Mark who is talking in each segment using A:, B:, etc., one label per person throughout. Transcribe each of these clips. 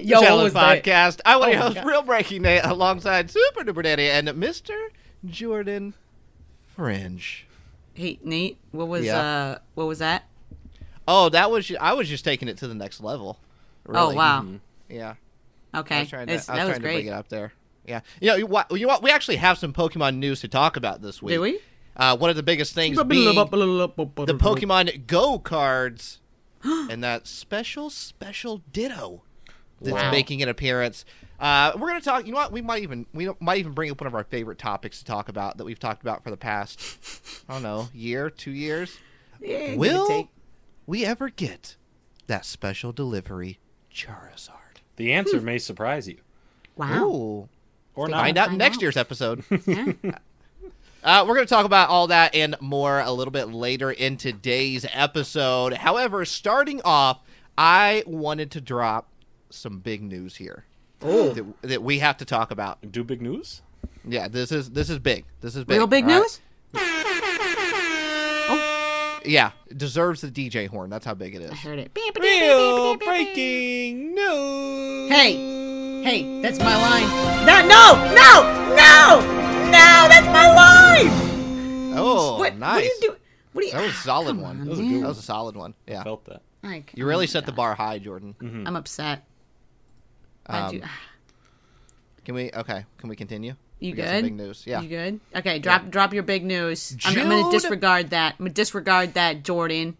A: Yo,
B: Shallow
A: what was that?
B: podcast. I want
A: Oh
B: to
A: my
B: host
A: God.
B: Real Breaking Day alongside Super Duper Daddy and Mr. Jordan Fringe.
C: Hey Nate, what was
B: Yeah.
C: uh what was that?
B: Oh, that was I was just taking it to the next level.
C: Oh
B: really. Mm-hmm.
C: wow.
B: Yeah.
C: Okay.
B: I was trying to,
C: That's-
B: I was
C: that was
B: trying to bring
C: great.
B: it up there. Yeah. You know, you what, you know what? We actually have some Pokemon news to talk about this week.
C: Did we?
B: Uh, one of the biggest things being the Pokemon Go cards and that special, special Ditto that's
A: Wow.
B: making an appearance. Uh, we're going to talk. You know what? We might even we might even bring up one of our favorite topics to talk about that we've talked about for the past I don't know year, two years.
C: Yeah, give or
B: Will
C: take.
B: we ever get that special delivery Charizard?
A: The answer may surprise you.
C: Wow.
B: Ooh.
A: Or not.
B: Find out in
C: Find
B: next
C: out.
B: year's episode.
C: Yeah.
B: Uh, we're going to talk about all that and more a little bit later in today's episode. However, starting off, I wanted to drop some big news here
A: Oh.
B: that, that we have to talk about.
A: Do big news?
B: Yeah, this is this is big. This is big.
C: Real big
B: all right?
C: news? Oh.
B: Yeah, it deserves the DJ horn. That's how big it is.
C: I heard it.
A: Real breaking news.
C: Hey, hey, that's my line. No, no, no, no, no, that's my line.
B: Oh,
C: what?
B: nice.
C: What are you doing? What are you?
B: That was a solid one.
C: That
A: was a good
B: That
A: one.
B: was a solid one. Yeah.
A: Felt that.
C: I c-
B: You really set the bar high, Jordan.
C: I'm upset.
B: Um,
C: I do-
B: Can we? Okay. Can we continue?
C: You
B: We got some
C: good?
B: Big news. Yeah.
C: You good? Okay, drop drop your big news. I'm, I'm gonna
B: Jude-
C: disregard that. I'm gonna disregard that, Jordan.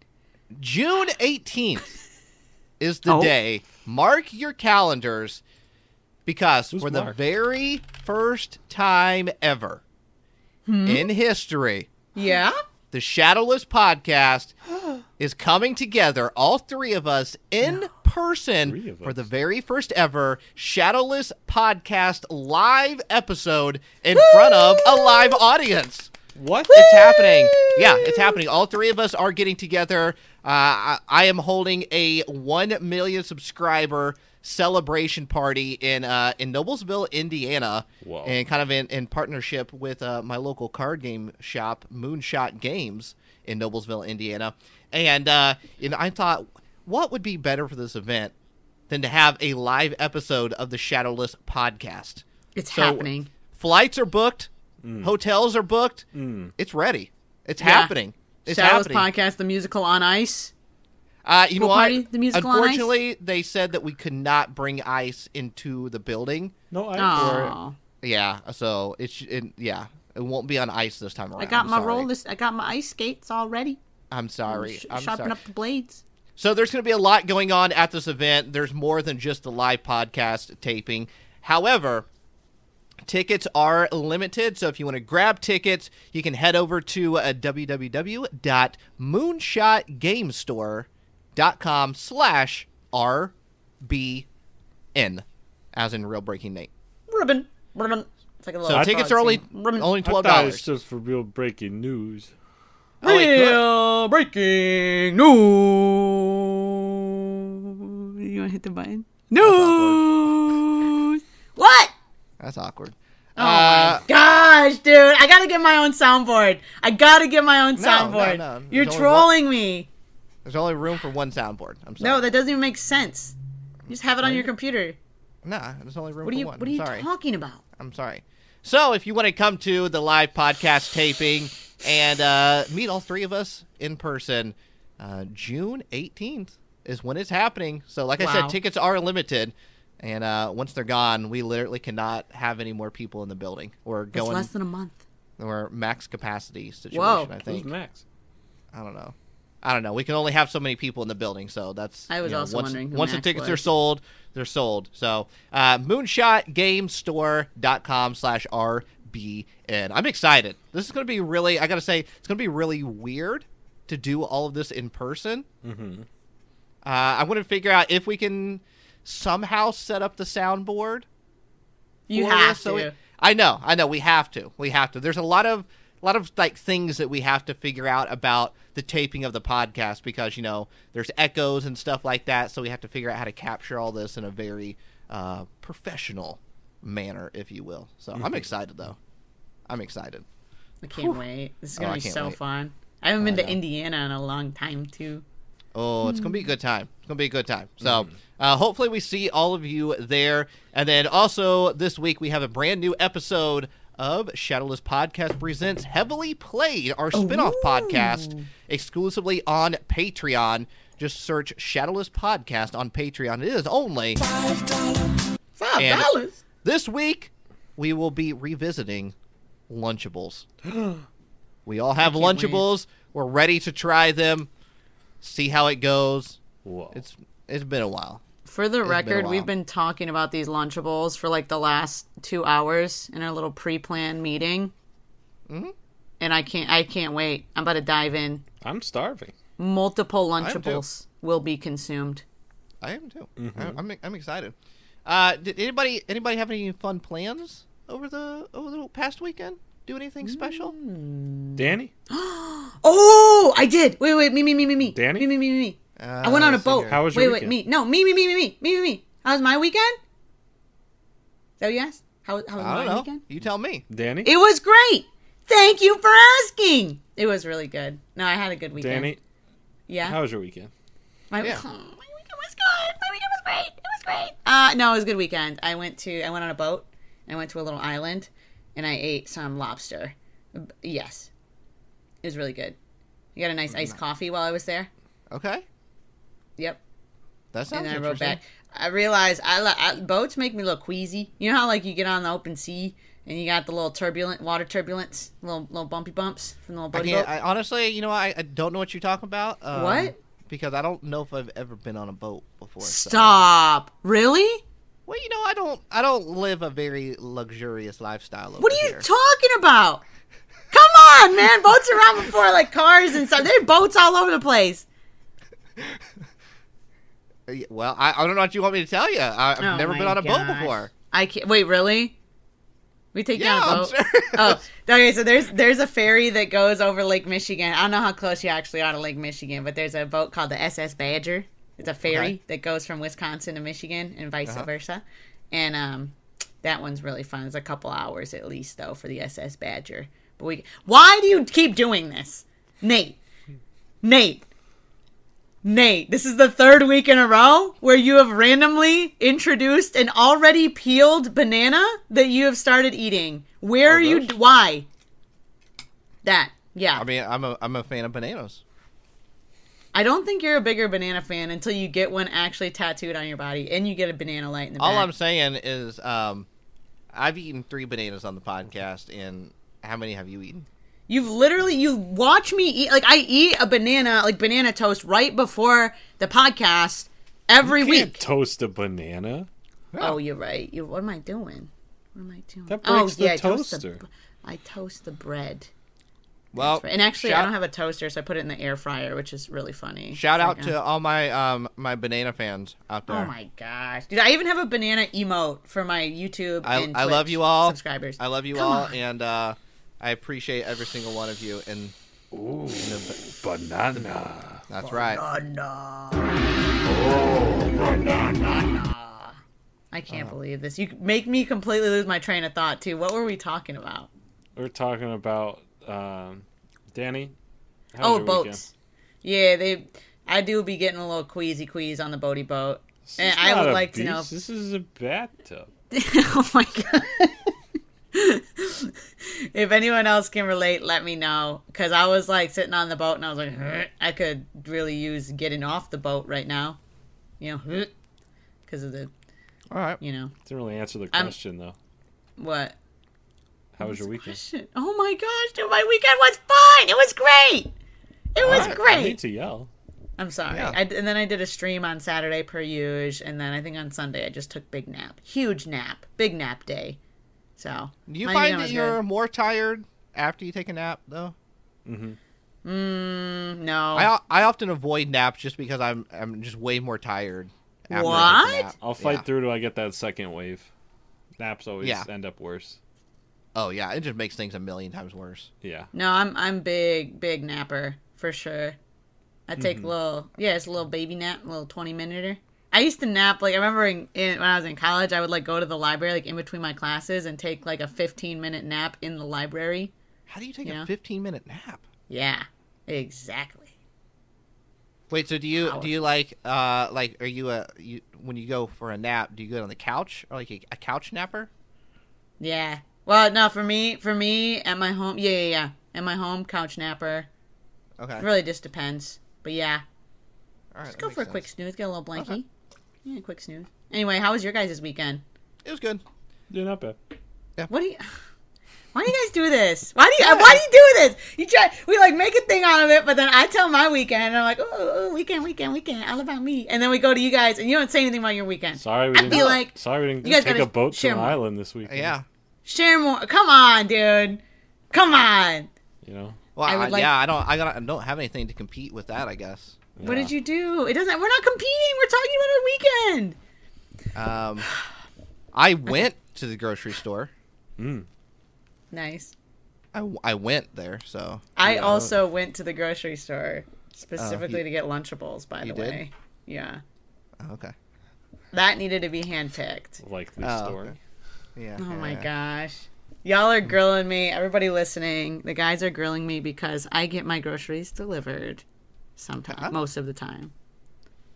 B: June 18th is the
C: Oh.
B: day. Mark your calendars because
A: Who's
B: for the
A: Mark?
B: very first time ever
C: Hmm?
B: in history,
C: Yeah.
B: the Shadowless podcast is coming together, all three of us in
A: Three
B: person
A: of
B: for the
A: us.
B: very first ever Shadowless podcast live episode in front of a live audience.
A: What?
B: It's happening. Yeah, it's happening. All three of us are getting together. Uh, I, I am holding a one million subscriber celebration party in uh, in Noblesville, Indiana,
A: Whoa.
B: and kind of in, in partnership with uh, my local card game shop, Moonshot Games, in Noblesville, Indiana. And uh, you know, I thought, what would be better for this event than to have a live episode of the Shadowless podcast?
C: It's
B: So-
C: happening.
B: Flights are booked, hotels are booked. It's ready. It's
C: Yeah.
B: happening. It's
C: Shadowless
B: happening.
C: podcast, the musical on ice.
B: Uh, you know
C: Pool
B: what?
C: party, the musical on ice?
B: Unfortunately, they said that we could not bring ice into the building.
A: No, I.
C: Oh,
B: Yeah, so it's it, yeah, it won't be on ice this time around.
C: I got
B: I'm
C: my
B: sorry.
C: roller. I got my ice skates all ready.
B: I'm sorry.
C: Sh-
B: I'm
C: sharpen
B: sorry.
C: up the blades.
B: So there's going to be a lot going on at this event. There's more than just the live podcast taping. However, tickets are limited. So if you want to grab tickets, you can head over to uh, www.moonshotgamestore.com slash RBN, as in Real Breaking Nate.
C: Ribbon. Ribbon. It's like a
B: So
C: little
B: tickets
C: frog
B: are only,
C: scene. Ribbon.
B: only
A: I thought it
B: $12.
A: was just for real breaking news.
B: Oh, wait, no.
C: Real breaking news. You want to hit the button? News. What?
B: That's awkward. Uh,
C: Oh my gosh, dude! I gotta get my own soundboard. I gotta get my own
B: no,
C: soundboard.
B: no. There's
C: You're
B: only one-
C: trolling me.
B: There's only room for one soundboard. I'm sorry.
C: No, that doesn't even make sense. You just have it on your computer.
B: nah, there's only room
C: What
B: for
C: are you?
B: one.
C: What are
B: I'm
C: you
B: sorry.
C: talking about?
B: I'm sorry. So if you want to come to the live podcast taping and uh, meet all three of us in person, uh, June 18th is when it's happening. So like I
C: Wow.
B: said, tickets are limited, and uh, once they're gone, we literally cannot have any more people in the building. We're
C: It's
B: going
C: less than a month.
B: we're max capacity situation.
C: Whoa.
B: I
A: Who's
B: think
A: Max?
B: I don't know. I don't know. We can only have so many people in the building, so that's.
C: I was
B: you know,
C: also
B: once,
C: wondering who
B: Once the
C: Max
B: tickets
C: was.
B: are sold, they're sold. So, uh, moonshotgamestore.com slash RBN. I'm excited. This is going to be really, I got to say, it's going to be really weird to do all of this in person. Mm-hmm. Uh, I want to figure out if we can somehow set up the soundboard
C: You
B: for
C: have
B: this, so
C: to.
B: it- I know, I know. We have to. We have to. There's a lot of a lot of like things that we have to figure out about the taping of the podcast because you know there's echoes and stuff like that. So we have to figure out how to capture all this in a very uh, professional manner, if you will. So I'm excited though. I'm excited.
C: Oh, I can't wait. This is gonna
B: I
C: be
B: can't
C: so
B: wait.
C: fun. I haven't been to Indiana in a long time too.
B: Oh, it's gonna
D: Hmm.
B: be a good time. It's gonna be a good time. So, uh, hopefully, we see all of you there. And then also this week we have a brand new episode of Shadowless Podcast presents Heavily Played, our
D: Oh,
B: spin-off podcast, exclusively on Patreon. Just search Shadowless Podcast on Patreon. It is only
D: Five
B: And-
D: dollars.
B: this week. We will be revisiting Lunchables. we all have
D: can't wait.
B: Lunchables. We're ready to try them. See how it goes.
A: Whoa.
B: It's it's been a while.
C: For the
B: a
C: record,
B: while.
C: we've been talking about these Lunchables for like the last two hours in our little pre-planned meeting, Mm-hmm. and I can't. I can't wait. I'm about to dive in.
A: I'm starving.
C: Multiple
B: too.
C: Lunchables will be consumed.
B: I am too. I, I'm I'm excited. Uh, did anybody anybody have any fun plans over the over the past weekend? Do anything special?
C: Mm,
A: Danny?
D: Oh, I did. Wait, wait, me, me, me, me, me.
A: Danny?
D: Me, me, me, me, me.
B: Uh,
D: I went on a
B: let's see
D: boat.
B: here.
A: How was
D: wait,
A: your
D: wait,
A: weekend?
D: me. No, me, me, me, me, me, me, me, me. How was my weekend? Is that what you asked? How, how was
B: I
D: my
B: don't know.
D: weekend?
B: You tell me.
A: Danny?
D: It was great. Thank you for asking. It was really good. No, I had a good weekend.
A: Danny,
C: Yeah.
A: how was your weekend?
C: My,
B: Yeah.
C: my weekend was good. My weekend was great. It was great. Uh, no, it was a good weekend. I went to I went on a boat. and I went to a little island, and I ate some lobster. B- Yes, it was really good. You got a nice iced coffee while I was there.
B: Okay,
C: Yep.
B: that sounds
C: and then I wrote
B: interesting.
C: back. I realized I, li- I boats make me look queasy. You know how like you get on the open sea and you got the little turbulent water turbulence, little little bumpy bumps from the little
B: I
C: boaty boat.
B: can't. I, honestly, you know, I, I don't know what you're talking about. Um,
C: What?
B: Because I don't know if I've ever been on a boat before. so-
C: Stop! Really?
B: Well, you know, I don't. I don't live a very luxurious lifestyle. Over
C: What are you
B: here.
C: talking about? Come on, man! Boats around before like cars and stuff. There are boats all over the place.
B: Uh, yeah, Well, I, I don't know what you want me to tell you. I, I've
C: Oh
B: never been
C: my
B: on a boat
C: gosh.
B: before.
C: I can't wait. Really? We take
B: Yeah,
C: down a
B: I'm
C: boat.
B: serious.
C: Oh, okay. So there's there's a ferry that goes over Lake Michigan. I don't know how close you actually are to Lake Michigan, but there's a boat called the SS Badger. It's a ferry
B: Okay.
C: that goes from Wisconsin to Michigan and vice versa, and um, that one's really fun. It's a couple hours at least though for the SS Badger. But we, why do you keep doing this, Nate? Nate. Nate, this is the third week in a row where you have randomly introduced an already peeled banana that you have started eating.
B: Oh,
C: Where are you?
A: those?
C: Why? That. Yeah. I,
B: I mean, I'm a I'm a fan of bananas.
C: don't think you're a bigger banana fan until you get one actually tattooed on your body and you get a banana light in the
B: All
C: back.
B: I'm saying is, um, I've eaten three bananas on the podcast, and how many have you eaten?
C: You've literally you watch me eat like I eat a banana like banana toast right before the podcast every
A: You can't
C: week.
A: toast a banana.
C: Oh, you're right. You what am I doing? What am I doing?
A: That
C: oh,
A: breaks the
C: yeah, I toast the-
A: toaster.
C: I toast the bread.
B: Well,
C: And actually, I
B: shout-
C: don't have a toaster, so I put it in the air fryer, which is really funny.
B: Shout out
C: Like,
B: to all my um my banana fans out there.
C: Oh my gosh, dude! I even have a banana emote for my YouTube.
B: I,
C: and
B: I love
C: Twitch
B: you all.
C: subscribers.
B: I love you all, and uh, I appreciate every single one of you. And
A: Ooh, banana.
B: that's right.
C: I
B: Uh-huh.
C: can't believe this. You make me completely lose my train of thought too. What were we talking about?
A: We're talking about um, Danny. How was
C: Oh,
A: your
C: boats. Yeah, they. I do be getting a little queasy queasy on the boaty boat,
A: This
C: and
A: is
C: I
A: not
C: would
A: a
C: like to know.
A: beach. This is a bathtub.
C: oh my god. if anyone else can relate, let me know. Cause I was like sitting on the boat and I was like, "Huh, I could really use getting off the boat right now. You know, "Huh," cause of the,
B: All right.
C: you know,
A: Didn't really answer the
C: I'm-
A: question though.
C: what?
A: How was your weekend?
C: Shit. Oh my gosh, dude, my weekend was fine. It was great. It was
B: Alright, I
A: I need
C: great.
A: to yell.
C: I'm sorry.
B: Yeah.
C: I, and then I did a stream on Saturday per usual, and then I think on Sunday I just took big nap, huge nap, big nap day. So
B: Do you
C: my
B: find
C: weekend
B: that
C: was
B: you're
C: good.
B: more tired after you take a nap, though?
C: Mm, no.
B: I I often avoid naps just because I'm I'm just way more tired. After I take a
C: What?
B: nap.
A: I'll fight
B: Yeah.
A: through till I get that second wave. Naps always
B: Yeah.
A: end up worse.
B: Oh yeah, it just makes things a million times worse.
A: Yeah.
C: No, I'm I'm big big napper for sure. I take
B: Mm-hmm.
C: a little yeah, it's a little baby nap, a little twenty minute. I used to nap like I remember in, in, when I was in college, I would like go to the library like in between my classes and take like a fifteen minute nap in the library.
B: How do you take
C: Yeah.
B: a 15 minute nap?
C: Yeah, exactly.
B: Wait, so do you
C: Hours.
B: do you like uh like are you a you when you go for a nap, do you go on the couch or like a, a couch napper?
C: Yeah. Well, no, for me, for me at my home, yeah, yeah, yeah. At my home, couch napper.
B: Okay.
C: It really just depends. But yeah,
B: All right,
C: just
B: that
C: go
B: makes
C: for a
B: sense. Uh-huh.
C: quick snooze, get a little blankie. Yeah, quick snooze. Anyway, how was your guys' weekend?
B: It was good.
A: Yeah, not bad.
C: What do you? Why do you guys do this? Why do you? uh, Why do you do this? You try. We like make a thing out of it, but then I tell my weekend, and I'm like, oh, oh, weekend, weekend, weekend, all about me. And then we go to you guys, and you don't say anything about your weekend.
A: Sorry we
C: I
A: didn't.
C: feel like
A: sorry we didn't
C: you guys
A: take
C: gotta
A: a boat to
C: share
A: an
C: more.
A: island this weekend.
B: Yeah.
C: Share more. Come on, dude. Come on.
A: You know.
B: Well,
C: I
B: I
C: would like-
B: yeah, I don't I, gotta, I don't have anything to compete with that, I guess.
C: What
A: Yeah.
C: did you do? It doesn't. We're not competing. We're talking about our
B: Um
C: weekend.
B: I went to the grocery store.
A: Mm.
C: Nice.
B: I, I went there, so
C: I
B: you know,
C: also went to the grocery store specifically
B: you-
C: to get Lunchables. By
B: you
C: the
B: did?
C: way, yeah,
B: oh, Okay.
C: that needed to be handpicked.
A: Like the
B: Oh,
A: story.
B: okay. Yeah.
C: Oh my
B: yeah.
C: gosh. Y'all are grilling me. Everybody listening, the guys are grilling me because I get my groceries delivered sometimes,
B: Huh?
C: most of the time.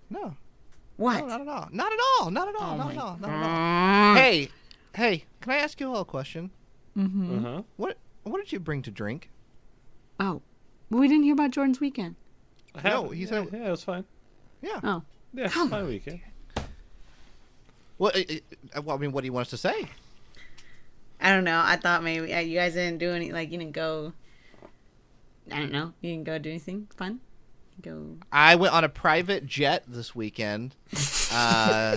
B: No.
C: What?
B: No, not at all. Not at all. Not at all.
C: Oh
B: not at
C: my
B: all. Not at all. Hey, hey, can I ask you all a question? Mm-hmm.
A: Uh huh.
B: What what did you bring to drink?
C: Oh, we didn't hear about Jordan's weekend.
B: No, he said-
A: Yeah, it was fine.
B: Yeah.
C: Oh,
A: Yeah, it was my weekend.
B: Well, I- I- well, I mean, what do you want us to say?
C: I don't know. I thought maybe uh, you guys didn't do any, like, you didn't go, I don't know, you didn't go do anything fun? Go.
B: I went on a private jet this weekend. Uh,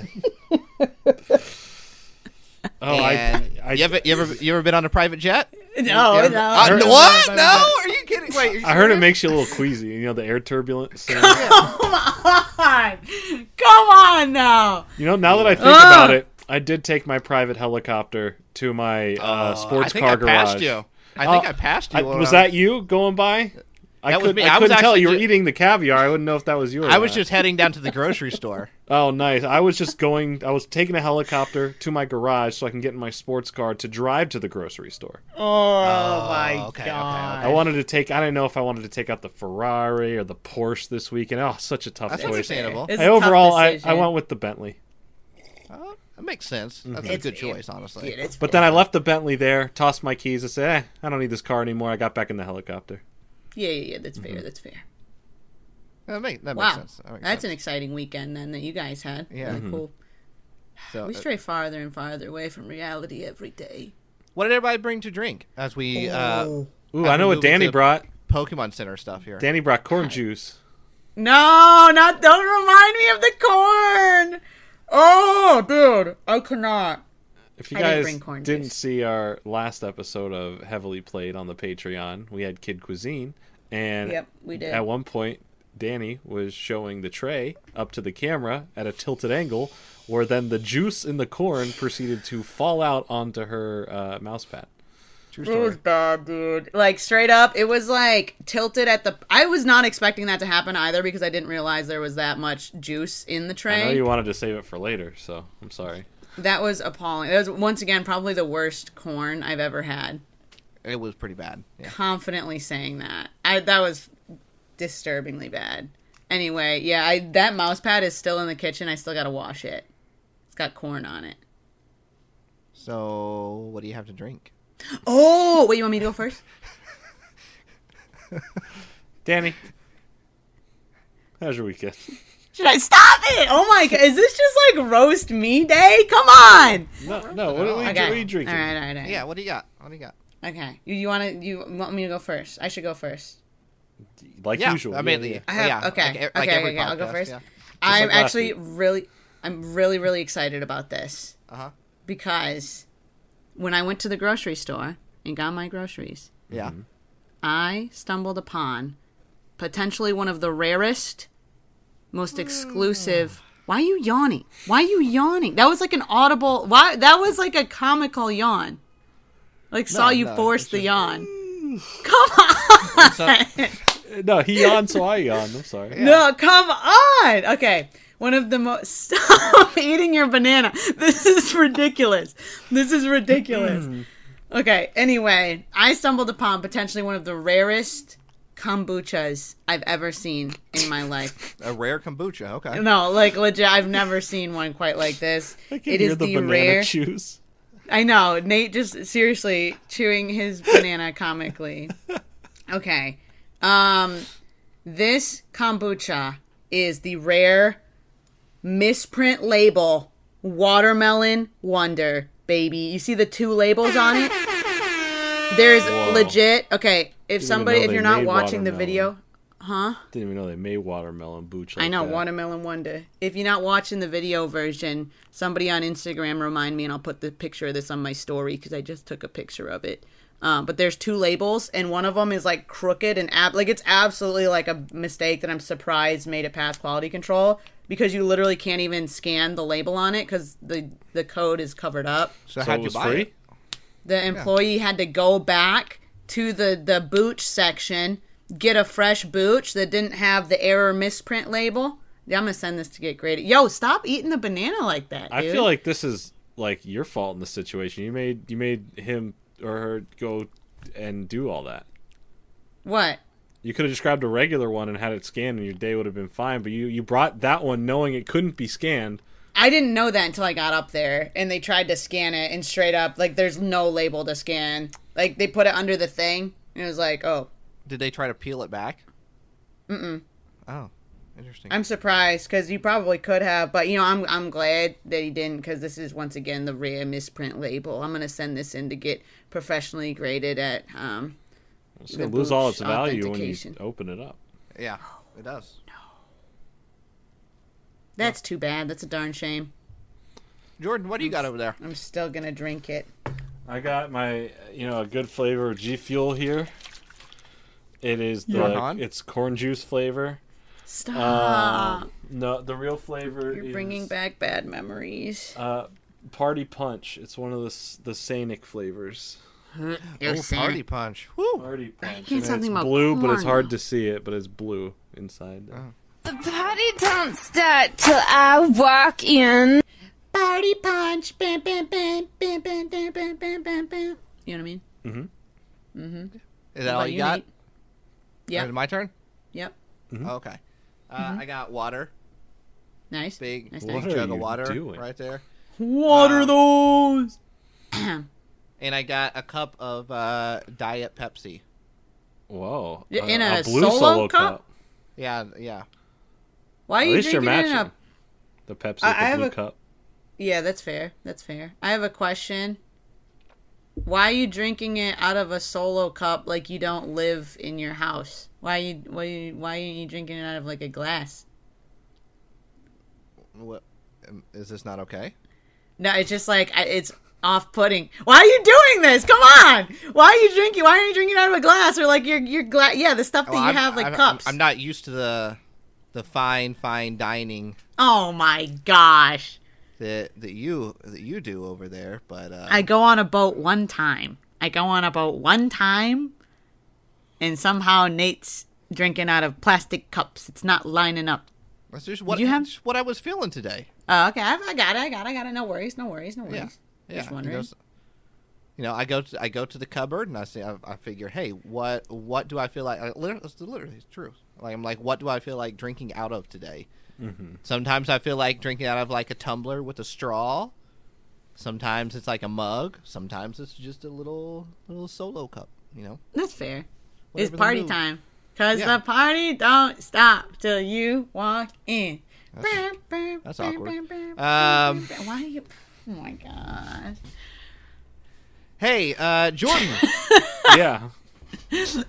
A: Oh,
B: and
A: I, I,
B: you, ever, you ever you ever been on a private jet?
C: No,
B: You ever- Uh,
A: heard-
B: what? No, are you kidding? Wait, are you
A: I heard it
B: serious?
A: makes you a little queasy. You know the air turbulence. and-
C: Come on. Come on now.
A: you know, now that I think
C: Ah!
A: about it, I did take my private helicopter to my uh,
B: Uh,
A: sports
B: I think
A: car
B: I
A: garage.
B: Passed you. I think
A: Oh,
B: I passed you.
A: I-
B: when
A: was
B: I
A: that you going by? I,
B: That was
A: could,
B: me. I
A: I
B: was
A: couldn't tell.
B: actually
A: You were
B: ju-
A: eating the caviar. I wouldn't know if that was you. Or
B: I was
A: not.
B: just heading down to the grocery store.
A: Oh, nice. I was just going. I was taking a helicopter to my garage so I can get in my sports car to drive to the grocery store.
C: Oh, my
B: okay, okay,
C: God.
A: I wanted to take. I didn't know if I wanted to take out the Ferrari or the Porsche this weekend. Oh, such a tough
B: That's
A: choice.
B: understandable.
C: It's
A: I,
C: a tough
A: overall, I, I
C: decision.
A: went with the Bentley,
B: Oh, that makes sense.
A: Mm-hmm.
B: That's a
C: It's-
B: good
C: it-
B: choice, honestly.
C: Dude, it's
A: but then I left the Bentley there, tossed my keys, and said, eh, "I don't need this car anymore." I got back in the helicopter.
C: Yeah, yeah, yeah. That's fair. That's fair.
B: that make- that makes,
C: Wow,
B: sense. That makes
C: that's
B: sense.
C: an exciting weekend then that you guys had.
B: Yeah.
A: Mm-hmm.
C: Really cool.
B: So,
C: We
B: uh,
C: stray farther and farther away from reality every day.
B: what did everybody bring to drink as we uh,
A: Ooh,
B: After
A: I know what
B: moving
A: Danny
B: to-
A: brought.
B: Pokemon Center stuff here?
A: Danny brought corn juice.
C: No, not don't remind me of the corn. Oh, dude, I cannot.
A: If you
C: I didn't
A: guys
C: bring corn
A: didn't
C: juice.
A: see our last episode of Heavily Played on the Patreon, we had Kid Cuisine, and
C: Yep, we did.
A: at one point, Danny was showing the tray up to the camera at a tilted angle, where then the juice in the corn proceeded to fall out onto her uh, mouse pad.
B: True
C: It was
B: story.
C: bad, dude. Like straight up, it was like tilted at the. I was not expecting that to happen either because I didn't realize there was that much juice in the
A: I
C: tray.
A: know you wanted to save it for later, so I'm sorry.
C: That was appalling. That was once again probably the worst corn I've ever had.
B: It was pretty bad. Yeah.
C: confidently saying that. I that was disturbingly bad. Anyway, yeah, I that mouse pad is still in the kitchen. I still got to wash it. It's got corn on it.
B: So, what do you have to drink?
C: Oh, wait, you want me to go first?
A: Danny, how's your weekend?
C: Should I stop it? Oh my god, is this just like roast me day? Come on.
A: No, no. What are we, what are you drinking?
C: All right, all right. all right.
B: Yeah, what do you got? What do you got?
C: Okay. You, you want to you want me to go first? I should go first.
A: Like
B: yeah,
A: usual.
B: I mean,
A: yeah, yeah.
C: I have-
B: yeah,
C: okay,
B: like e-
C: okay,
B: like every
C: okay, I'll go
B: podcast,
C: first.
B: Yeah.
C: I'm
A: like last
C: actually
A: week. Uh-huh.
C: really I'm really really excited about this.
B: Uh huh.
C: because when I went to the grocery store and got my groceries,
B: Yeah.
C: Mm-hmm. I stumbled upon potentially one of the rarest, most
B: Hmm.
C: exclusive. Why are you yawning? Why are you yawning? That was like an audible. Why that was like a comical yawn. Like saw you
B: no,
C: force
B: it's
C: the
B: just-
C: yawn.
A: No, he yawned, so I yawned. I'm sorry.
C: No, come on. Okay. One of the most. Stop eating your banana. This is ridiculous. This is
B: Hmm.
C: ridiculous. Okay. Anyway, I stumbled upon potentially one of the rarest kombuchas I've ever seen in my life.
B: A rare kombucha. Okay.
C: No, like legit, I've never seen one quite like this.
A: I
C: It
A: can hear
C: is
A: the,
C: the
A: banana
C: rare.
A: juice.
C: I know. Nate just seriously chewing his banana comically. Okay. Um this kombucha is the rare misprint label watermelon wonder baby. You see the two labels on it? There's legit Okay, if somebody
A: know
C: if
A: they
C: you're not
A: made
C: watching the
A: watermelon.
C: video,
A: Didn't even know they made watermelon booch. Like
C: I know
A: that.
C: watermelon wonder. If you're not watching the video version, somebody on Instagram remind me, and I'll put the picture of this on my story because I just took a picture of it. Um, but there's two labels, and one of them is like crooked and ab- like it's absolutely like a mistake that I'm surprised made it past quality control because you literally can't even scan the label on it because the the code is covered up
B: So,
A: So
B: how'd
A: it
B: you
A: was
B: buy
A: free.
B: it?
C: the employee had to go back to the the booch section get a fresh booch that didn't have the error misprint label yeah, i'm gonna send this to get graded yo stop eating the banana like that
A: I
C: dude.
A: feel like this is like your fault in the situation. You made you made him or her go and do all that.
C: what
A: You could have just grabbed a regular one and had it scanned, and your day would have been fine. But you you brought that one knowing it couldn't be scanned.
C: i didn't know that until i got up there and they tried to scan it and straight up like there's no label to scan like they put it under the thing and it was like oh
B: Did they try to peel it back? Mm-mm. Oh, interesting.
C: I'm surprised because you probably could have, but you know, I'm I'm glad that he didn't because this is once again the rare misprint label. I'm gonna send this in to get professionally graded at. Um,
A: It's gonna
C: The
A: lose all
C: booch
A: its value when you
C: authentication.
A: open it up.
B: yeah, it does.
C: that's too bad. That's a darn shame.
B: Jordan, what do you got over there?
C: I'm still gonna drink it.
A: I got my you know a good flavor of G Fuel here. It is the
B: Rock on.
A: it's corn juice flavor.
C: Stop.
A: Um, No, the real flavor
C: Ah. You're
A: Uh, is
C: bringing back bad memories.
A: uh, Party Punch. It's one of the s- the Sanic flavors.
C: You're
B: Oh, party punch. Woo!
A: Party Punch.
C: can't
A: and
C: stop
A: it's
C: thinking about
A: blue, but it's
C: corn.
A: hard to see it. But it's blue inside.
C: Oh.
E: The party don't start till I walk in.
C: Party punch. Bam, bam, bam, bam, bam, bam, bam, bam, bam, bam. You know what I mean?
B: Is that
C: What
B: all
C: about
B: you got?
C: Nate? Yep.
B: Is it my turn?
C: Yep.
A: Mm-hmm.
B: Okay. Uh, I got water.
C: Nice.
B: Big
C: Mm-hmm. Nice,
A: What
C: nice.
A: are
B: jug
A: you
B: of water
A: doing?
B: right there.
A: What are those?
B: And I got a cup of uh, Diet Pepsi.
A: Whoa!
C: You're in a solo cup?
B: Yeah, yeah.
C: Why are
A: At
C: you
A: least you're
C: drinking it in
A: matching
C: a
A: the Pepsi with
C: I-
A: the
C: I have
A: blue
C: a-
A: cup.
C: Yeah, that's fair. That's fair. I have a question. Why are you drinking it out of a solo cup like you don't live in your house? Why you why you, why aren't you drinking it out of like a glass?
B: What, um, is this not okay?
C: No, it's just like I- it's off-putting. Why are you doing this? Come on! Why are you drinking? Why aren't you drinking it out of a glass or like your your glass? Yeah, the stuff that
B: Well,
C: you
B: Oh, I'm-
C: have like
B: I'm-
C: cups.
B: I'm not used to the the fine, fine dining
C: Oh my gosh!
B: that that you that you do over there. But uh,
C: I go on a boat one time. I go on a boat one time, and somehow Nate's drinking out of plastic cups. It's not lining up.
B: that's just what
C: you have-
B: just what I was feeling today.
C: Oh, okay, I've, I got it. I got it. I got it. No worries. No worries. No worries.
B: Yeah, yeah.
C: Just wondering.
B: You know, s- you know, I go to I go to the cupboard and I say I, I figure, hey, what what do I feel like? I, literally, it's literally it's true. Like I'm like, what do I feel like drinking out of today? Sometimes I feel like drinking out of like a tumbler with a straw. Sometimes it's like a mug. Sometimes it's just a little little solo cup. You know,
C: That's fair.
B: Whatever
C: it's
B: the
C: party
B: mood.
C: time. Cause
B: Yeah.
C: the party don't stop till you walk in.
B: That's-
C: Bam,
B: that's
C: bam,
B: awkward.
C: bam, bam,
B: Um,
C: bam, bam. why are you? Oh my gosh.
B: Hey, uh, Jordan,
A: yeah.
B: can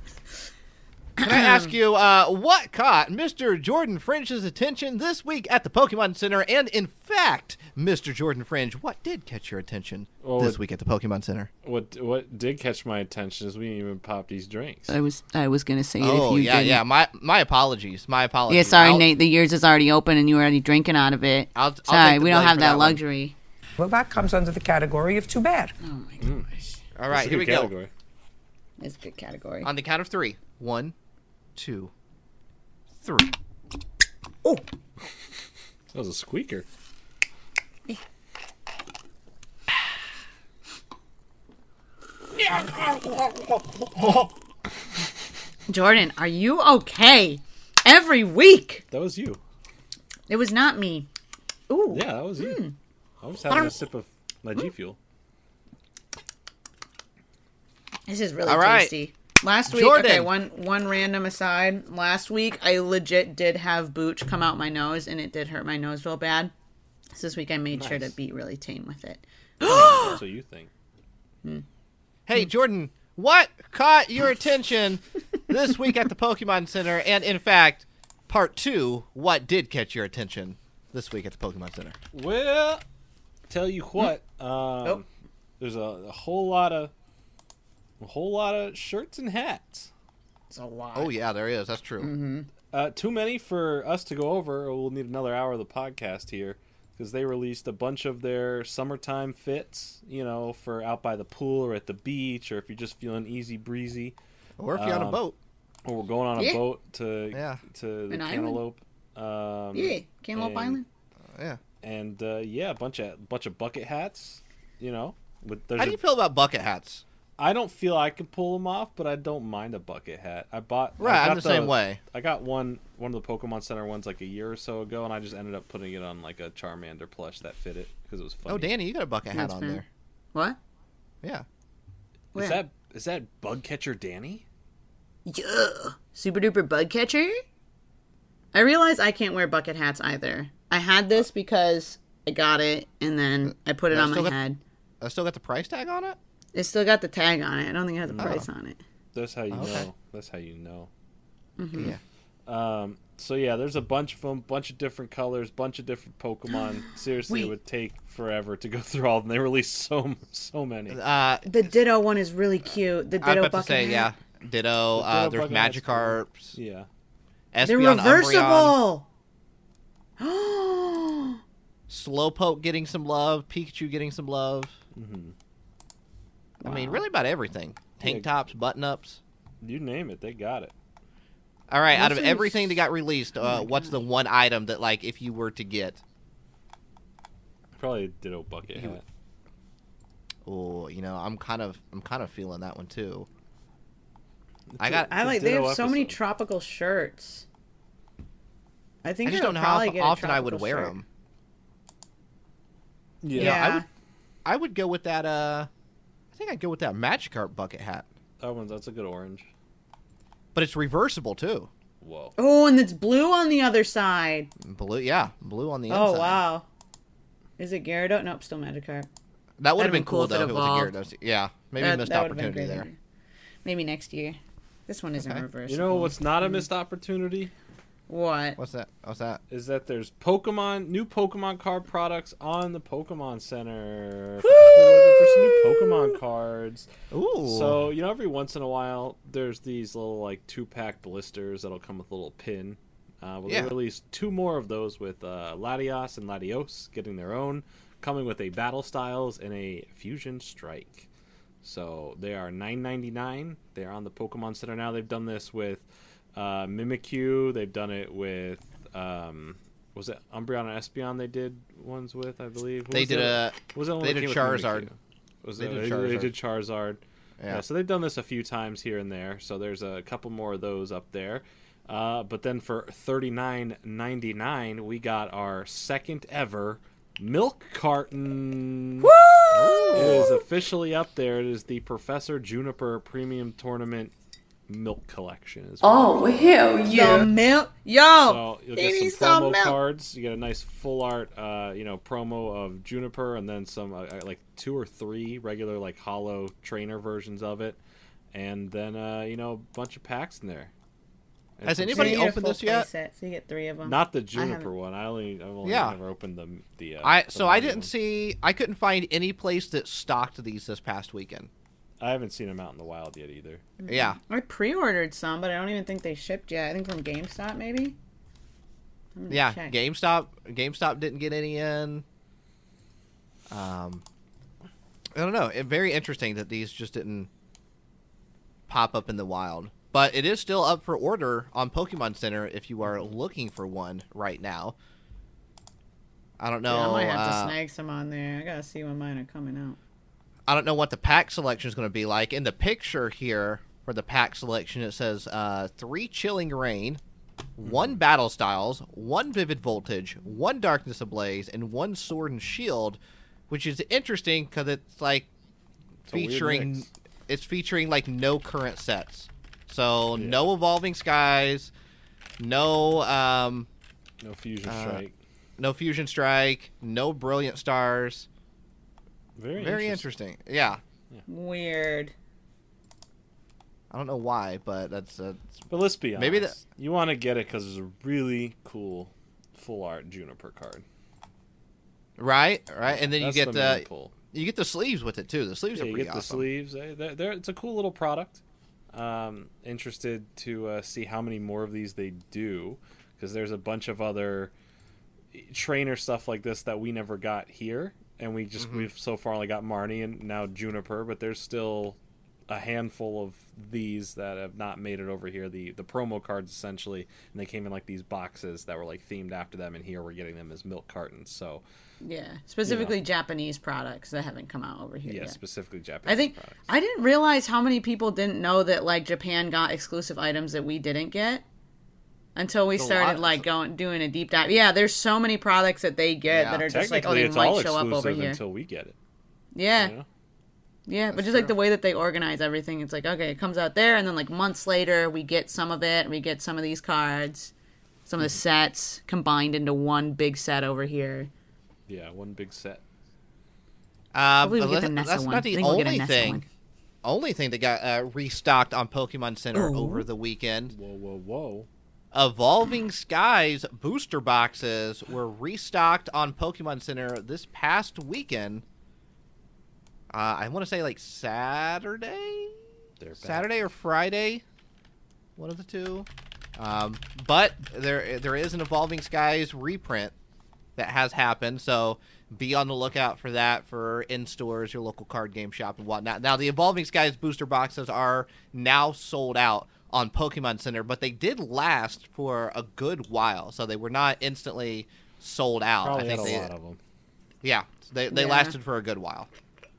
B: I ask you uh, what caught Mr. Jordan Fringe's attention this week at the Pokemon Center? And in fact, Mr. Jordan Fringe, what did catch your attention
A: Well,
B: this
A: Oh, it-
B: week at the Pokemon Center?
A: What what did catch my attention is we didn't even pop these drinks.
C: I was I was gonna say
B: Oh yeah, yeah. My my apologies. My apologies.
C: Yeah, sorry,
B: I'll-
C: Nate. The years is already open, and you were already drinking out of it.
B: I'll- I'll
C: sorry,
B: take the
C: we don't
B: blame
C: have
B: for
C: that,
B: that one.
C: luxury.
F: Well, that comes under the category of too bad.
B: All
A: That's
B: right,
A: a
B: here
A: good
B: we
A: category.
C: It's a good category.
B: go. On the count of three. One, two, three.
A: That was a squeaker.
C: Jordan, are you okay? Every week.
A: That was you.
C: It was not me. Ooh.
A: Yeah, that was you.
C: Hmm.
A: I was having a sip of my G Fuel.
C: This is really
B: All right.
C: tasty. Last week,
B: Jordan.
C: okay, one one random aside. Last week, I legit did have booch come out my nose, and it did hurt my nose real bad. So this week, I made sure to be really tame with it.
A: That's what you think.
B: Hey, Jordan, what caught your attention this week at the Pokemon Center? And in fact, part two, what did catch your attention this week at the Pokemon Center?
A: Well, tell you
C: Hmm?
A: what, um, there's a, a whole lot of a whole lot of shirts and hats.
C: It's a lot.
B: Oh, yeah, there is. That's true.
A: Uh, too many for us to go over, or we'll need another hour of the podcast here because they released a bunch of their summertime fits. You know, for out by the pool or at the beach, or if you're just feeling easy breezy,
B: Or if you're on a
A: Um,
B: boat.
A: or we're going on a
C: Yeah.
A: boat to
B: Yeah.
A: to the
C: An island.
A: Cantaloupe. Um,
C: Yeah, Cantaloupe
A: and-
C: Island.
B: Yeah.
A: and uh, yeah, a bunch of bunch of bucket hats. You know, with there's
B: How
A: a
B: do you feel about bucket hats?
A: I don't feel I could pull them off, but I don't mind a bucket hat. I bought I
B: Right, I'm
A: got
B: the same way.
A: I got one one of the Pokemon Center ones like a year or so ago, and I just ended up putting it on like a Charmander plush that fit it because it was funny.
B: Oh, Danny, you got a bucket hat on
C: fair.
B: there.
C: What?
B: Yeah.
A: Is that is that bug catcher Danny?
C: Yeah. Super duper bug catcher? I realize I can't wear bucket hats either. I had this because I got it and then I put it
B: Uh,
C: on my
B: still got-
C: head.
B: I Uh, still got the price tag on it?
C: It still got the tag on it. I don't think it has a
B: Oh.
C: price on it.
A: That's how you
B: Okay.
A: know. That's how you know. Um,
B: Yeah.
A: So yeah, there's a bunch of them, bunch of different colors, bunch of different Pokemon. Seriously, it
C: Wait.
A: would take forever to go through all of them. They released so so many.
B: Uh,
C: The Ditto one is really cute. The
B: I'm
C: Ditto
B: about
C: bucket
B: to say,
C: hat.
B: yeah. Ditto, uh,
A: Ditto
B: there's
A: bucket hat's
B: Magikarps,
A: yeah.
B: Espeon,
C: They're
B: Umbreon,
C: reversible.
B: Slowpoke getting some love, Pikachu getting some love. Mm-hmm. I mean, really about everything. Tank
A: Yeah.
B: tops, button ups.
A: You name it, they got it.
B: All right, out of
C: This is-
B: everything that got released, uh, what's the one item that, like, if you were to get,
A: Probably a Ditto bucket hat.
B: oh, you know, I'm kind of, I'm kind of feeling that one too. I got,
C: I
A: The
C: like. They have
A: Ditto
C: so many
A: episode.
C: tropical shirts. I think
B: I just
C: I'll
B: don't know how
C: probably get a
B: often I would
C: tropical
B: wear
C: shirt.
B: them.
A: Yeah.
C: Yeah,
B: I would- I would go with that. Uh, I think I'd go with that Magikarp bucket hat,
A: That one's that's a good orange.
B: but it's reversible too.
A: Whoa.
C: Oh, and it's blue on the other side.
B: Blue, yeah, blue on the
C: Oh
B: inside.
C: wow. Is it Gyarados? Nope, still Magikarp.
B: that would have been,
C: That'd been
B: cool
C: cool if
B: though.
C: it
B: If it was a
C: evolved.
B: Gyarados. Yeah, maybe
C: That-
B: missed
C: that would've been
B: opportunity
C: great.
B: there.
C: Maybe next year. This one isn't reversible.
A: You know what's not a
C: Mm-hmm.
A: missed opportunity
C: what?
B: What's that? What's that?
A: is that there's Pokemon new Pokemon card products on the Pokemon Center. For looking for some new Pokemon cards.
B: Ooh.
A: So you know, every once in a while, there's these little like two pack blisters that'll come with a little pin. Uh, we'll
B: Yeah.
A: release two more of those with uh, Latios and Latios getting their own, coming with a battle styles and a fusion strike. So they are nine ninety nine. They're on the Pokemon Center now. They've done this with uh, Mimikyu. They've done it with um, was it Umbreon and Espeon? They did ones with, I believe. Who
B: They
A: was
B: did
A: the-
B: a-
A: who was the one
B: they
A: that
B: did
A: came with
B: Charizard.
A: Mimikyu? Was
B: They
A: it-
B: did
A: they, did,
B: Charizard.
A: Charizard.
B: Yeah.
A: Yeah. So they've done this a few times here and there. So there's a couple more of those up there. Uh, but then for thirty nine ninety nine, we got our second ever milk carton. Woo! It is officially up there. It is the Professor Juniper Premium Tournament Milk Collection. Is what
G: Oh, hell yeah.
C: The milk, yo.
A: so you'll
C: Oh, they need
A: get
C: some
A: some promo
C: milk.
A: cards. You get a nice full art, uh, you know, promo of Juniper, and then some uh, uh, like two or three regular like hollow trainer versions of it, and then uh, you know a bunch of packs in there. And
B: Has
A: some
B: anybody
A: stuff.
C: You get a
B: opened
C: full
B: this yet?
C: play Set, so you get three of them.
A: Not the
C: Mm. haven't.
A: Juniper one. I only I've only
B: Yeah.
A: never opened the the. Uh,
B: I
A: the
B: so I
A: Mario
B: didn't
A: one.
B: see. I couldn't find any place that stocked these this past weekend.
A: I haven't seen them out in the wild yet either.
B: Yeah.
C: I pre-ordered some, but I don't even think they shipped yet. I think from GameStop maybe. I'm gonna
B: Yeah,
C: check.
B: GameStop. GameStop didn't get any in. Um, I don't know. It, very interesting that these just didn't pop up in the wild. But it is still up for order on Pokemon Center if you are looking for one right now. I don't know.
C: I might have
B: uh,
A: Oh,
C: to snag some on there. I gotta see when mine are coming out.
B: I don't know what the pack selection is going to be like. In the picture here, for the pack selection. It says uh, three chilling rain,
A: Hmm.
B: one battle styles, one vivid voltage, one darkness ablaze, and one sword and shield, which is interesting because it's like
A: a weird
B: featuring
A: mix.
B: it's featuring like no current sets, so no evolving skies, no um,
A: No fusion
B: Uh,
A: strike.
B: no fusion strike, no brilliant stars.
A: Very,
B: Very
A: interesting.
B: interesting. Yeah,
C: Weird.
B: I don't know why, but that's uh,
A: But let's be honest.
B: Maybe
A: Maybe you want to get it because it's a really cool full art juniper card.
B: right, right. And then you
A: That's
B: get
A: the
B: the,
A: main pull.
B: you get the sleeves with it too. The sleeves
A: Yeah,
B: are
A: you
B: pretty
A: get the
B: awesome.
A: sleeves. They- They're, they're- it's a cool little product. Um, interested to uh, see how many more of these they do because there's a bunch of other eh, trainer stuff like this that we never got here, and we just
B: Mm-hmm.
A: we've so far only got Marnie and now Juniper, but there's still a handful of these that have not made it over here. The the promo cards essentially, and they came in like these boxes that were like themed after them, and here we're getting them as milk cartons. So
C: Yeah. Specifically Japanese products that haven't come out over here
A: yeah,
C: yet.
A: specifically Japanese.
C: I think
A: products.
C: I didn't realize how many people didn't know that like Japan got exclusive items that we didn't get until we
B: a
C: started
B: lot.
C: like going doing a deep dive. Yeah, there's so many products that they get
B: Yeah.
C: that are just like oh
A: technically
C: they
A: it's all
C: might show up over
A: exclusive
C: here.
A: until we get it.
C: yeah.
A: you know?
C: Yeah, but just like the way that they organize everything, it's like okay, it comes out there, and then like months later, we get some of it, and we get some of these cards, some of the sets combined into one big set over here.
A: Yeah, one big set.
B: Um,
C: Probably we'll get
B: but
C: the
B: that's-
C: Nessa
B: that's
C: one.
B: not
C: I
B: the
C: think we'll get a
B: only
C: Nessa
B: thing.
C: one.
B: Only thing that got uh, restocked on Pokemon Center
C: Oh.
B: over the weekend.
A: Whoa, whoa, whoa!
B: Evolving Skies booster boxes were restocked on Pokemon Center this past weekend. Uh, I want to say like Saturday,
A: They're back.
B: Saturday or Friday, one of the two. Um, but there there is an Evolving Skies reprint that has happened, so be on the lookout for that for in stores, your local card game shop, and whatnot. Now the Evolving Skies booster boxes are now sold out on Pokemon Center, but they did last for a good while, so they were not instantly sold out.
A: Probably
B: I
A: had a
B: think they,
A: lot of them.
B: yeah, they they
C: Yeah.
B: lasted for a good while.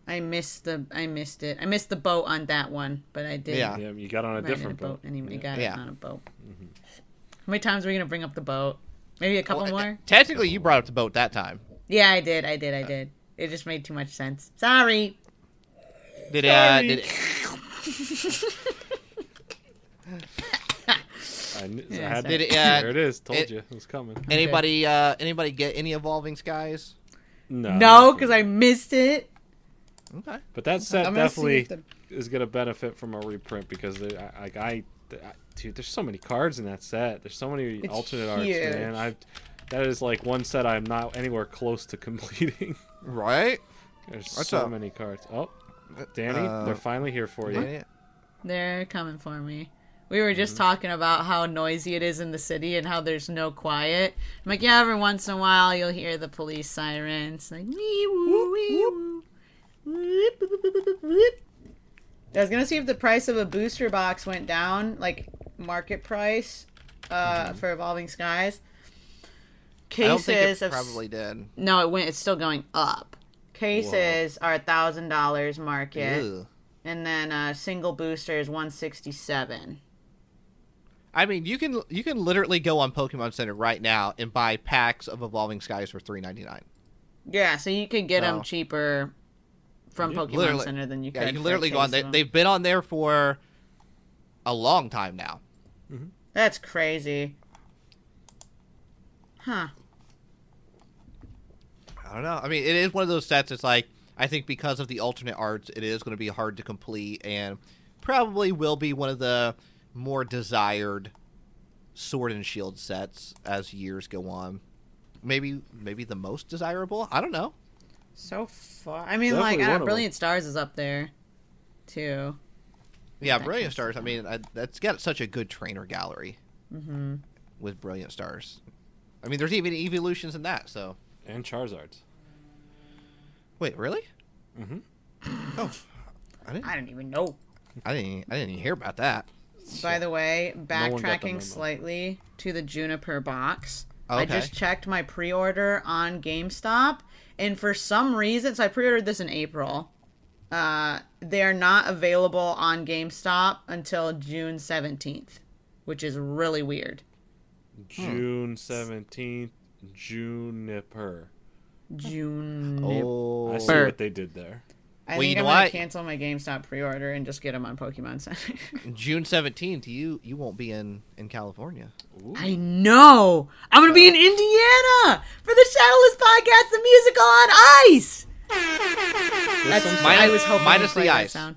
C: I missed the, I missed it, I missed the boat on that one, but I did.
B: Yeah.
A: Yeah, you got on a
C: Ran in
A: different
C: a boat,
A: boat.
C: and he
A: Yeah. Mm-hmm.
C: got
B: Yeah.
C: it on a boat. How many times are we gonna bring up the boat? Maybe a couple
B: Well,
C: more.
B: Technically, you brought up the boat that time.
C: Yeah, I did, I did,
B: Uh,
C: I did. It just made too much sense. Sorry.
B: Did uh, did
A: I, kn- I
C: Yeah,
A: had
C: sorry.
B: Did it, uh,
A: there it is. Told
B: it-
A: you it was coming.
B: anybody uh, anybody get any evolving skies?
A: No,
C: No, because I missed it.
B: Okay.
A: But that set
F: I'm gonna
A: definitely
F: see if the-
A: is going to benefit from a reprint because they, I, like I, I, dude, there's so many cards in that set. There's so many alternate
C: huge.
A: arts, man. I, that is like one set I'm not anywhere close to completing.
B: Right.
A: there's
B: What's
A: so
B: up?
A: many cards. Oh, Danny,
B: Uh,
A: they're finally here for you.
B: Yeah.
C: They're coming for me. We were just talking about how noisy it is in the city and how there's no quiet. I'm like, yeah, every once in a while you'll hear the police sirens, like wee woo wee woo. Whoop, whoop, whoop, whoop, whoop. I was gonna see if the price of a booster box went down, like market price, uh, for Evolving Skies.
B: I
C: Cases
B: Mm-hmm. don't think it
C: of s-
B: probably did.
C: no, it went. It's still going up. Cases are a thousand dollars market
B: Ugh.
C: and then uh single booster is 167
B: I mean, you can you can literally go on Pokemon Center right now and buy packs of evolving skies for three ninety nine.
C: yeah so you could get them
B: Wow.
C: cheaper from pokemon
B: Oh. literally.
C: center than you could
B: Yeah, you can
C: for
B: literally
C: a
B: go on.
C: case
B: They,
C: of 'em.
B: they've been on there for a long time now.
C: that's crazy huh
B: I don't know. I mean, it is one of those sets. It's like I think because of the alternate arts, it is going to be hard to complete, and probably will be one of the more desired sword and shield sets as years go on. Maybe, maybe the most desirable. I don't know.
C: so far i mean
A: Definitely
C: like I
A: one of
C: do
A: 'em.
C: brilliant stars is up there too
B: Yeah, Brilliant Stars. I mean, I, that's got such a good trainer gallery with Brilliant Stars. I mean, there's even evolutions in that. So
A: And Charizards.
B: wait, really?
A: Mhm.
B: Oh, I didn't.
C: i don't even know
B: I didn't. I didn't even hear about that.
C: By the way,
A: one got the
C: backtracking
A: memo.
C: slightly to the Juniper box. I
B: Okay.
C: just checked my pre order on GameStop, and for some reason, so I pre ordered this in April. Uh, they're not available on GameStop until June 17th, which is really weird.
A: June seventeenth, Juniper.
C: June.
A: I
B: Oh,
A: see
C: Burr.
A: what they did there.
C: I
B: Well,
C: think
B: you know
C: I'm gonna
B: what?
C: cancel my GameStop pre-order and just get them on Pokemon Center.
B: June seventeenth. You you won't be in in California.
C: I know. I'm gonna be in Indiana for the Shadowless Podcast, the musical on ice. That's
B: Minus-
C: I was hoping to
B: minus
C: play
B: the
C: that
B: ice.
C: sound.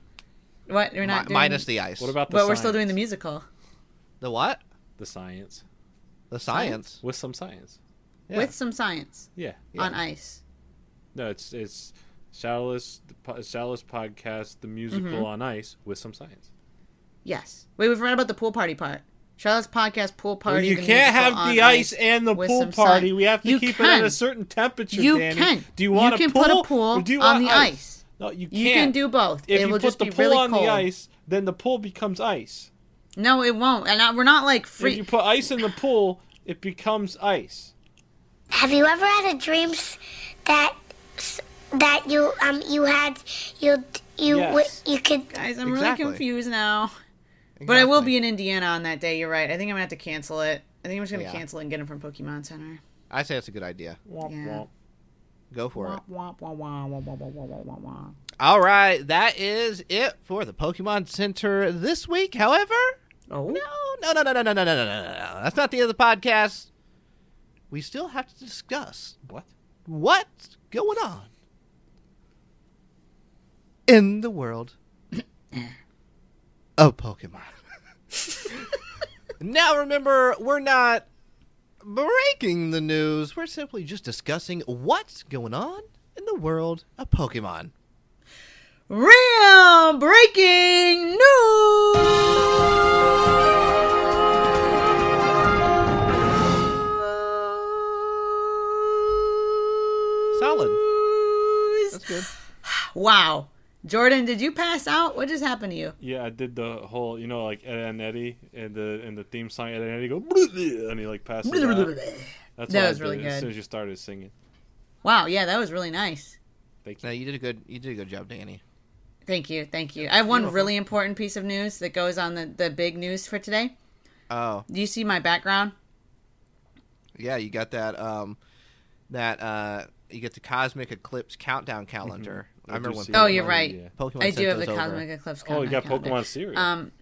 C: What we're not
B: Mi-
C: doing,
B: minus the ice.
A: What about
C: but
A: the?
C: we're still
A: science?
C: doing the musical
B: the what?
A: The science
B: The science.
A: with some science.
B: Yeah.
C: with some science
A: Yeah.
C: on ice.
A: No, it's it's shadowless the po- shadowless podcast, the musical
C: Mm-hmm.
A: on ice with some science.
C: Yes. Wait, we forgot about the pool party part. Shadowless Podcast pool party.
A: Well, you
C: the
A: can't
C: musical
A: have
C: on
A: the ice and the
C: with
A: pool
C: some
A: party.
C: science.
A: We have to
C: You
A: keep it
C: can.
A: at a certain temperature.
C: You
A: Danny.
C: can.
A: Do you want
C: can
A: a pool?
C: put a pool
A: or do you
C: on
A: want
C: the
A: ice?
C: ice.
A: No, you can't.
C: You can do both. it
A: If you
C: will
A: put
C: just
A: the
C: be
A: pool
C: really
A: on
C: cold.
A: the ice, then the pool becomes ice.
C: No, it won't. And I, we're not like free.
A: If you put ice in the pool, it becomes ice.
G: Have you ever had a dreams that s- that you um you had you you w-
A: Yes.
G: you could
C: Guys, I'm
B: Exactly.
C: really confused now. But I will
B: Exactly.
C: be in Indiana on that day. You're right. I think I'm gonna have to cancel it. I think I'm just gonna
B: Yeah.
C: cancel it and get it from Pokemon Center.
B: I say that's a good idea.
A: Womp
C: Yeah.
A: womp.
B: Go for it.
C: Womp, womp, womp, womp, womp, womp, womp, womp, womp, womp.
B: All right, that is it for the Pokemon Center this week. However,
C: Oh
B: no, no, no, no, no, no, no, no, no, no. That's not the end of the podcast. We still have to discuss
A: What?
B: what's going on in the world of Pokemon. now, remember, we're not breaking the news. We're simply just discussing what's going on in the world of Pokemon.
C: Real breaking
B: Solid.
C: news.
B: That's good.
C: Wow. Jordan, did you pass out? What just happened to you?
A: Yeah, I did the whole, you know, like Ed and Eddie and the and the theme song Ed and Eddie go "Bleh, bleh," and he like passes out.
C: That
A: That's what I
C: was really
A: did As
C: good.
A: soon as you started singing,
C: Wow, yeah, that was really nice.
A: thank
B: No,
A: you.
B: you did a good. You did a good job, Danny.
C: Thank you, thank you. I have one really important piece of news that goes on the, the big news for today.
B: Oh,
C: Do you see my background?
B: yeah, you got that. Um, that uh, you get the cosmic eclipse countdown calendar. I remember
A: do
B: when.
A: see
C: Oh,
A: Yeah,
C: you're
A: mine,
C: right.
A: yeah.
B: Pokemon
C: I
B: sent
C: do have the
B: those over.
C: Cosmic Eclipse.
A: Oh, you
C: Countdown
A: got
C: calendar.
A: Pokemon cereal.
C: Um,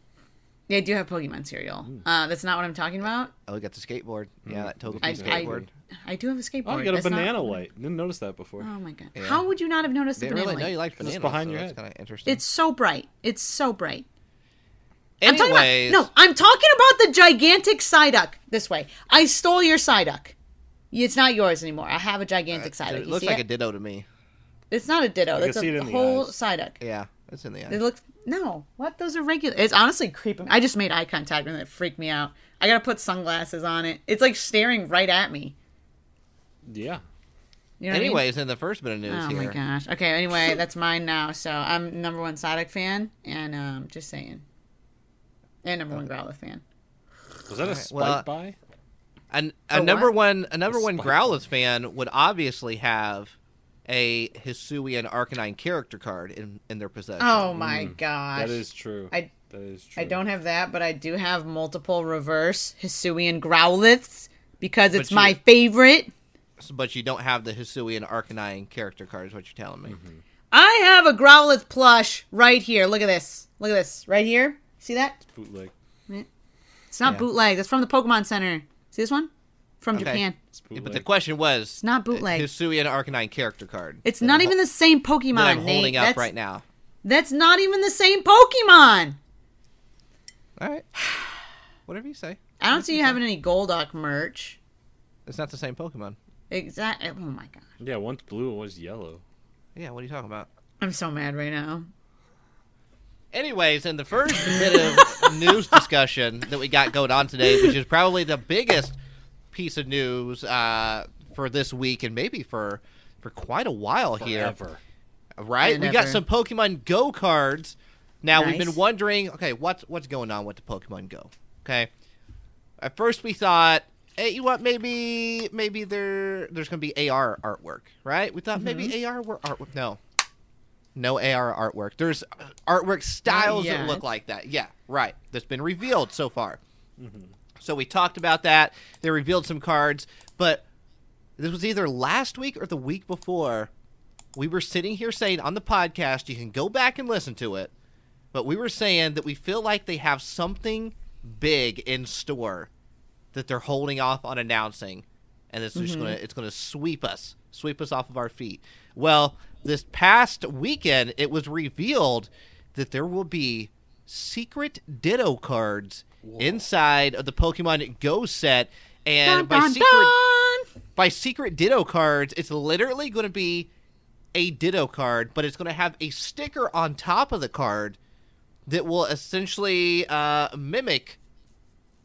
C: yeah, I do have Pokemon cereal.
B: Hmm.
C: Uh, that's not what I'm talking about.
B: Oh, we got the skateboard. Yeah, that total
C: I, I,
B: skateboard.
C: I do have a skateboard.
A: oh, you got a
C: That's not-
A: banana light. Didn't notice that before.
C: Oh my god! How would you not have noticed the
B: Didn't
C: banana?
B: really know
C: light?
B: you liked
A: It's
B: bananas.
A: behind
B: so
A: your
B: that's
A: head.
B: kind of interesting.
C: It's so bright. It's so bright. I'm talking
B: Anyways,
C: about no. I'm talking about the gigantic Psyduck. This way, I stole your Psyduck. It's not yours anymore. I have a gigantic Psyduck.
B: Uh, It
C: You
B: looks
C: see
B: like a
C: it?
B: ditto to me.
C: It's not a Ditto. That's
A: see it
C: a
A: in the
C: whole
A: eyes.
C: Psyduck.
B: Yeah, it's in the
C: They
B: eye.
C: look no. What those are regular. It's honestly creeping. I just made eye contact and it freaked me out. I gotta put sunglasses on it. It's like staring right at me.
A: Yeah.
C: You know what I mean?
B: Anyways, in the first bit of news
C: Oh
B: here.
C: my gosh. Okay. Anyway, that's mine now. So I'm number one Psyduck fan, and um, just saying, and number one Growlithe fan.
A: Was that a spike
B: well,
A: by?
B: An, a
C: what?
B: number one, a number
A: A
B: one
A: spike
B: Growlithe fan would obviously have a Hisuian Arcanine character card in, in their possession.
C: Oh my
B: Mm.
C: gosh.
A: That is true.
C: I-
A: that is true.
C: I don't have that, but I do have multiple reverse Hisuian Growliths because it's
B: But you-
C: my favorite.
B: but you don't have the Hisuian Arcanine character card, is what you're telling me.
C: I have a Growlithe plush right here. Look at this. Look at this right here. See that?
A: bootleg.
C: It's not bootleg. That's from the Pokemon Center. See this one? From Japan.
A: It's
B: Yeah,
A: bootleg.
B: but the question was it's
C: not bootleg.
B: Hisuian Arcanine character card.
C: It's not even the same Pokemon.
B: that I'm
C: Nate.
B: holding
C: that's,
B: up right now.
C: That's not even the same Pokemon.
B: All right, whatever you say.
C: I don't see you having any Golduck merch.
B: It's not the same Pokemon.
C: Exactly. Oh my gosh.
A: yeah, one's blue and one's yellow.
B: Yeah, what are you talking about?
C: I'm so mad right now.
B: Anyways, in the first bit of news discussion that we got going on today, which is probably the biggest piece of news uh, for this week and maybe for for quite a while here.
A: Ever.
B: Right?
C: And
B: we got
C: ever.
B: some Pokemon Go cards. Now we've been
C: Nice.
B: wondering, okay, what's what's going on with the Pokemon Go? Okay. At first we thought, hey, you know what, maybe maybe
C: Mm-hmm.
B: there there's gonna be AR artwork, right? We thought maybe AR were artwork. No. No AR artwork. There's artwork styles that look
C: yet.
B: like that. Yeah, right. That's been revealed so far.
C: Mm-hmm.
B: So we talked about that. They revealed some cards, but this was either last week or the week before. We were sitting here saying on the podcast, you can go back and listen to it, but we were saying that we feel like they have something big in store that they're holding off on announcing, and it's just gonna it's gonna sweep us, sweep us off of our feet. Well, this past weekend, it was revealed that there will be secret Ditto cards inside of the Pokemon Go set, and by secret by secret Ditto cards, it's literally going to be a Ditto card, but it's going to have a sticker on top of the card that will essentially uh, mimic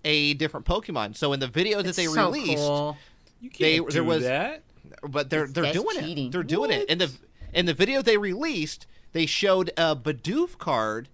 B: a different Pokemon. So in the video that they
C: so
B: released,
C: cool.
A: You can't
B: They-
A: do
B: there was-
A: that.
B: but they're they're
C: that's
B: doing
C: cheating.
B: it. They're doing it. In the in the video they released, they showed a Bidoof card,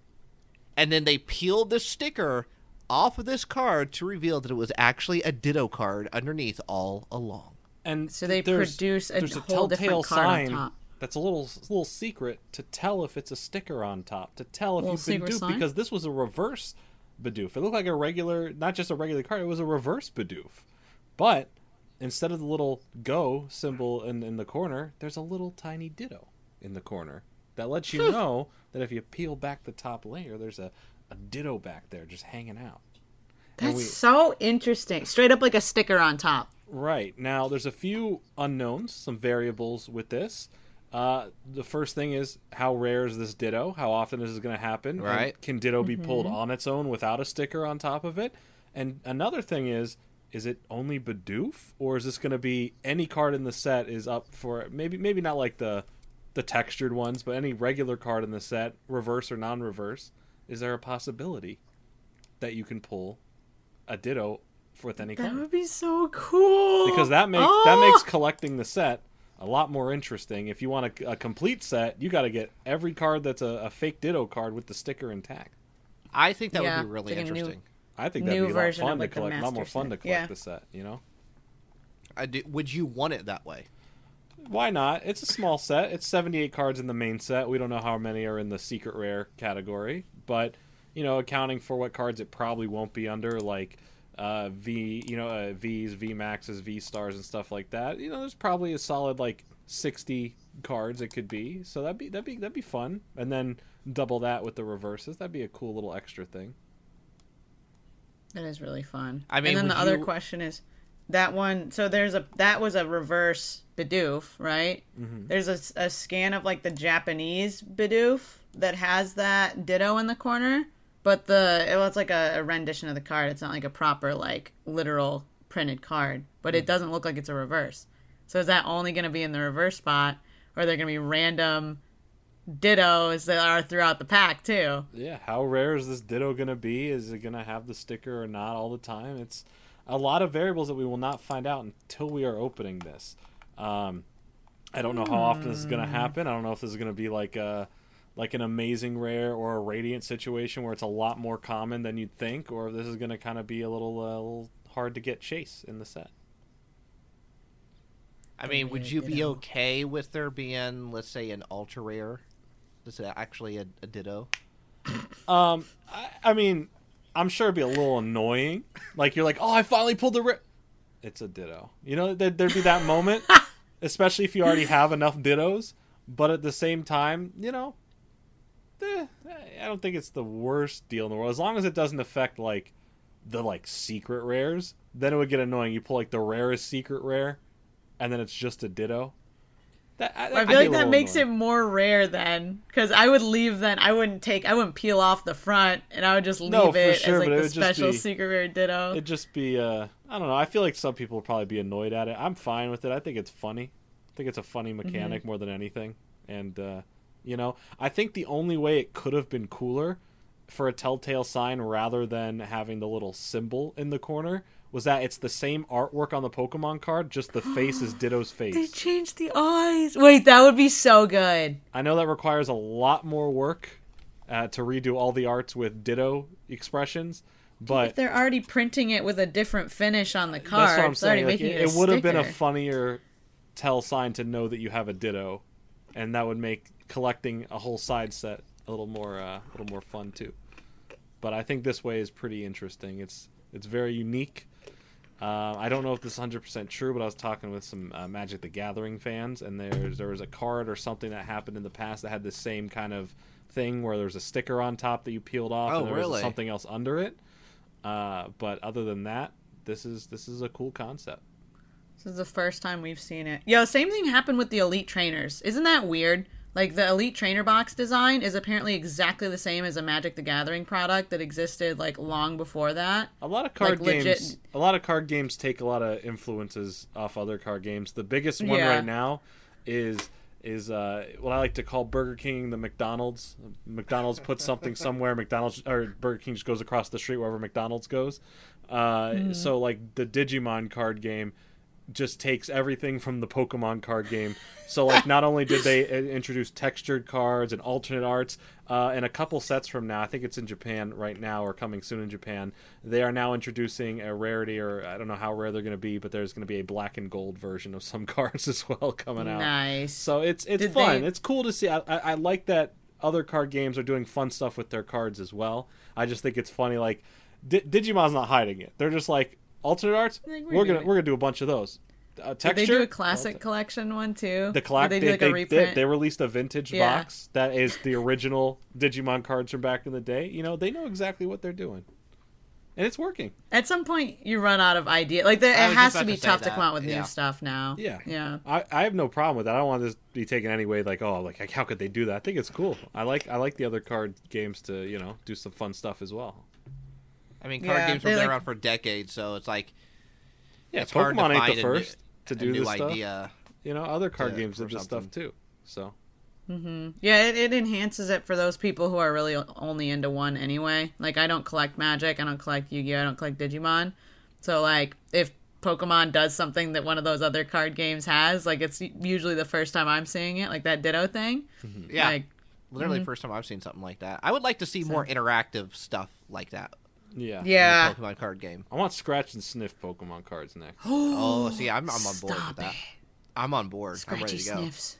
B: and then they peeled the sticker off of this card to reveal that it was actually a Ditto card underneath all along.
A: And
C: So they
A: there's-
C: produce a
A: there's
C: whole different
A: telltale
C: card on
A: sign
C: top.
A: That's a little little secret to tell if it's a sticker on top, to tell if
C: Little
A: you've been
C: secret
A: duped
C: sign?
A: because this was a reverse Bidoof. It looked like a regular, not just a regular card. It was a reverse Bidoof, but instead of the little go symbol in in the corner, there's a little tiny Ditto in the corner that lets you know that if you peel back the top layer, there's a a Ditto back there just hanging out.
C: That's
A: we-
C: so interesting. Straight up like a sticker on top.
A: Right. Now, there's a few unknowns, some variables with this. Uh, the first thing is how rare is this ditto? How often is this going to happen? And
B: Right.
A: can ditto be pulled on its own without a sticker on top of it? And another thing is, is it only Bidoof, or is this going to be any card in the set is up for maybe maybe not like the the textured ones, but any regular card in the set, reverse or non-reverse, is there a possibility that you can pull a ditto with any
C: That
A: card?
C: would be so cool.
A: because that makes that
C: Ah!
A: makes collecting the set a lot more interesting. If you want a, a complete set, you got to get every card that's a, a fake Ditto card with the sticker intact.
B: I think that
C: Yeah,
B: would be really
C: getting new-
B: interesting.
A: I think that'd
C: New
A: be a lot
C: version of,
A: fun to
C: like, the
A: collect. A lot
C: master
A: more fun
C: set.
A: to collect
C: Yeah.
A: the set. You know,
B: I do, would you want it that way?
A: why not? It's a small set. It's seventy-eight cards in the main set. We don't know how many are in the secret rare category, but you know, accounting for what cards it probably won't be under, like. Uh, v you know uh, V's V maxes V stars and stuff like that. You know, there's probably a solid like 60 cards it could be. So that'd be that'd be that'd be fun. And then double that with the reverses. That'd be a cool little extra thing.
C: That is really fun.
B: I mean,
C: and then
B: would
C: the other
B: you-
C: question is that one. So there's a that was a reverse Bidoof, right?
B: Mm-hmm.
C: There's a, s- a scan of like the Japanese Bidoof that has that Ditto in the corner, but the it was like a, a rendition of the card. It's not like a proper like literal printed card, but
B: Mm.
C: it doesn't look like it's a reverse. So is that only going to be in the reverse spot, or are there going to be random Dittos that are throughout the pack too?
A: yeah how rare is this ditto gonna be is it gonna have the sticker or not all the time it's a lot of variables that we will not find out until we are opening this um, i don't know how often this is gonna happen i don't know if this is gonna be like a like an amazing rare or a radiant situation where it's a lot more common than you'd think or if this is gonna kind of be a little, uh, little hard to get chase in the set
B: I mean, would you be okay with there being, let's say, an ultra rare? Is it actually a, a ditto?
A: Um, I, I mean, I'm sure it'd be a little annoying. Like you're like, oh, I finally pulled the rip. It's a ditto. You know, there'd, there'd be that moment, especially if you already have enough dittos. But at the same time, you know, eh, I don't think it's the worst deal in the world as long as it doesn't affect like the like secret rares. Then it would get annoying. You pull like the rarest secret rare, and then it's just a ditto. That, I,
C: I feel like that makes it more rare then, because I would leave then. I wouldn't take. I wouldn't peel off the front, and I would just leave
A: No, for
C: it
A: sure,
C: as like
A: but it
C: the
A: would just
C: special
A: be-
C: secret rare ditto.
A: It'd just be, uh, I don't know. I feel like some people would probably be annoyed at it. I'm fine with it. I think it's funny. I think it's a funny mechanic more than anything. And, uh, you know, I think the only way it could have been cooler for a telltale sign rather than having the little symbol in the corner was that it's the same artwork on the Pokemon card, just the face is Ditto's
C: They
A: face.
C: changed the eyes. Wait, that would be so good.
A: I know that requires a lot more work uh, to redo all the arts with Ditto expressions, but.
C: They're already printing it with a different finish on the card.
A: That's what I'm
C: They're already
A: saying. Like,
C: making
A: it
C: a
A: would have been a
C: sticker.
A: funnier tell sign to know that you have a ditto, and that would make collecting a whole side set a little more uh, a little more fun too. But I think this way is pretty interesting. It's it's very unique. Uh, I don't know if this is 100% true, but I was talking with some uh, Magic the Gathering fans, and there's, there was a card or something that happened in the past that had this same kind of thing where there was a sticker on top that you peeled off
B: Oh,
A: and there
B: really?
A: was something else under it. Uh, but other than that, this is this is a cool concept.
C: This is the first time we've seen it. Yo, same thing happened with the elite trainers. Isn't that weird? Like the elite trainer box design is apparently exactly the same as a Magic the Gathering product that existed like long before that.
A: A lot of card
C: Like, legit-
A: games. A lot of card games take a lot of influences off other card games. The biggest one
C: Yeah.
A: right now is is uh, what I like to call Burger King the McDonald's. McDonald's puts something somewhere. McDonald's or Burger King just goes across the street wherever McDonald's goes. Uh,
C: Hmm.
A: So like the Digimon card game just takes everything from the Pokemon card game. So like, not only did they i- introduce textured cards and alternate arts, uh, and a couple sets from now, I think it's in Japan right now or coming soon in Japan, they are now introducing a rarity or I don't know how rare they're going to be, but there's going to be a black and gold version of some cards as well coming out.
C: Nice.
A: So it's it's
C: Did
A: fun.
C: they-
A: It's cool to see. I, I, I like that other card games are doing fun stuff with their cards as well. I just think it's funny. Like Di- Digimon's not hiding it. They're just like alternate arts.
C: Like,
A: we're,
C: we're
A: gonna
C: doing-
A: we're gonna do a bunch of those. Uh, texture.
C: Did they do a classic collection one too?
A: The clock.
C: Did they
A: They,
C: do like
A: they
C: a
A: did.
C: reprint?
A: They released a vintage
C: Yeah.
A: box that is the original Digimon cards from back in the day. You know, they know exactly what they're doing, and it's working.
C: At some point, you run out of idea. Like there,
B: I
C: it
B: was
C: has
B: just
C: to
B: about
C: be
B: to say
C: tough to
B: that.
C: come out with
B: Yeah.
C: new stuff now.
A: Yeah.
C: Yeah.
A: I, I have no problem with that. I don't want this to be taken anyway. Like, oh, like how could they do that? I think it's cool. I like I like the other card games to you know do some fun stuff as well.
B: I mean, card
C: Yeah,
B: games have
C: they,
B: been
C: like-
B: around for decades, so it's like
A: Yeah,
B: it's hard to
A: Pokemon ain't
B: find
A: the
B: a
A: first
B: new,
A: to do
B: a new
A: this stuff.
B: idea.
A: You know, other card
B: to-
A: games
B: for
A: did this stuff
B: something.
A: too. So
C: Yeah, it, it enhances it for those people who are really only into one anyway. Like, I don't collect Magic, I don't collect Yu Gi Oh!, I don't collect Digimon. So, like, if Pokemon does something that one of those other card games has, like, it's usually the first time I'm seeing it, like that Ditto thing.
A: Hmm.
B: Yeah,
C: Like, mm-hmm.
B: literally first time I've seen something like that. I would like to see more interactive stuff like that.
A: yeah,
B: in a
C: yeah.
B: Pokemon card game.
A: I want scratch and sniff Pokemon cards next.
B: Oh, see, I'm, I'm on board
C: Stop
B: with that. I'm on board. I'm ready
C: Scratchy
B: to go.
C: sniffs.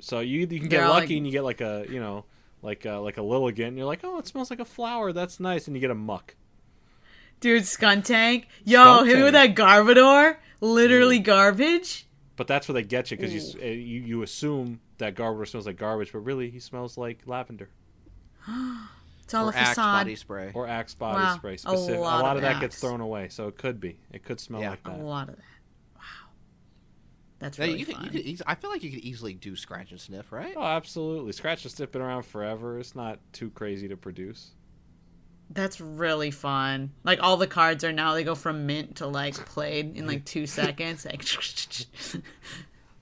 A: So you you
C: They're
A: can get
C: all
A: lucky
C: like-
A: and you get like a you know like a, like a Lilligant and you're like oh it smells like a flower that's nice and you get a muck.
C: Dude, Skuntank. Yo, him
A: Skuntank.
C: with that Garbodor.
B: Mm.
C: Literally garbage.
A: But that's where they get you because you, s- uh, you you assume that Garbodor smells like garbage, but really he smells like lavender.
C: It's all
B: Or
C: a
B: Axe
C: facade.
B: body spray.
A: or axe body
C: Wow,
A: spray
C: a
A: specific. A lot,
C: lot
A: of
C: of
A: that gets
C: axe.
A: thrown away, so it could be. It could smell
B: Yeah.
A: like
C: A
A: that.
C: lot of that. Wow. That's
B: Yeah,
C: really
B: you could,
C: fun.
B: you could eas- I feel like you could easily do scratch and sniff, right?
A: Oh, absolutely. Scratch has been around forever. It's not too crazy to produce.
C: That's really fun. Like all the cards are now they go from mint to like played in like two seconds. Like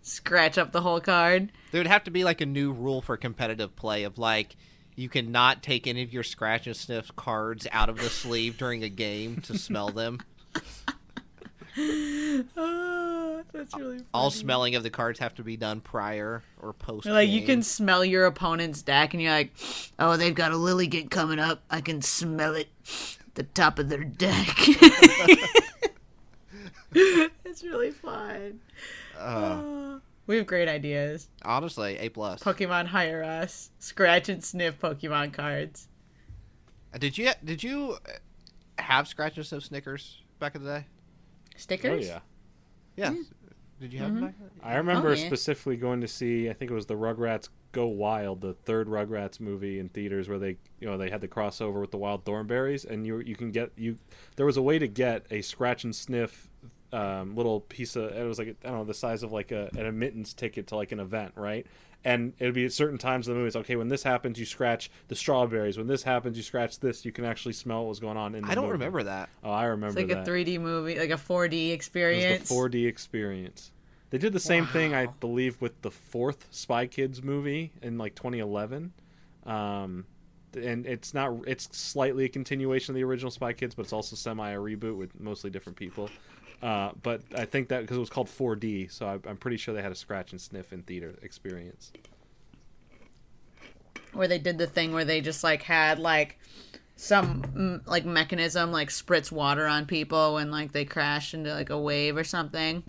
C: scratch up the whole card.
B: There would have to be like a new rule for competitive play of like you cannot take any of your scratch and sniff cards out of the sleeve during a game to smell them.
C: Ah, that's really fun.
B: All smelling of the cards have to be done prior or post.
C: Like you can smell your opponent's deck, and you're like, "Oh, they've got a Lilligant coming up. I can smell it, at the top of their deck." It's really fun.
A: Uh.
C: Ah, we have great ideas.
B: honestly a plus.
C: Pokemon hire us. Scratch and sniff Pokemon cards.
B: Uh, Did you did you uh, have scratch and sniff Snickers back in the day?
A: Oh
C: Stickers.
A: yeah.
B: Yeah.
C: Mm-hmm.
B: Did you have them back? in the day?
A: I remember
C: yeah.
A: specifically going to see I think it was the Rugrats Go Wild, the third Rugrats movie in theaters where they you know they had the crossover with the wild thornberries and you you can get you there was a way to get a scratch and sniff um, little piece of it was like I don't know the size of like a, an admittance ticket to like an event right and it'd be at certain times of the movie it's okay when this happens you scratch the strawberries when this happens you scratch this you can actually smell what was going on in the
B: I don't
A: movie.
B: remember that.
A: oh I remember
C: like
A: that
C: a 3D movie, like a 4D experience.
A: it was the 4D experience. They did the same thing, I believe, with the fourth Spy Kids movie in like 2011. Um, and it's not it's slightly a continuation of the original Spy Kids, but it's also semi a reboot with mostly different people. Uh, but I think that because it was called 4D, so I, I'm pretty sure they had a scratch and sniff in theater experience.
C: where they did the thing where they just like had like some mm, like mechanism like
A: Mm-hmm.
C: spritz water on people when like they crashed into like a wave or something.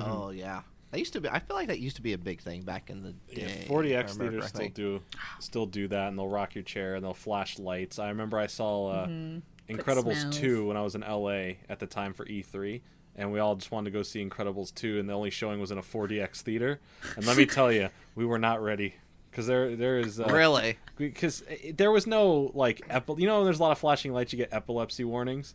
B: Oh yeah. That used to be. I feel like that used to be a big thing back in the
A: Yeah,
B: day.
A: 40x
B: if I remember
A: theaters
B: correctly.
A: still do still do that, and they'll rock your chair and they'll flash lights. I remember I saw uh,
B: Mm-hmm.
A: Incredibles
C: smells.
A: two when I was in LA at the time for E3, and we all just wanted to go see Incredibles two, and the only showing was in a 4DX theater. And let me tell you, we were not ready because there there is uh,
B: Really?
A: because there was no like epi- you know there's a lot of flashing lights you get epilepsy warnings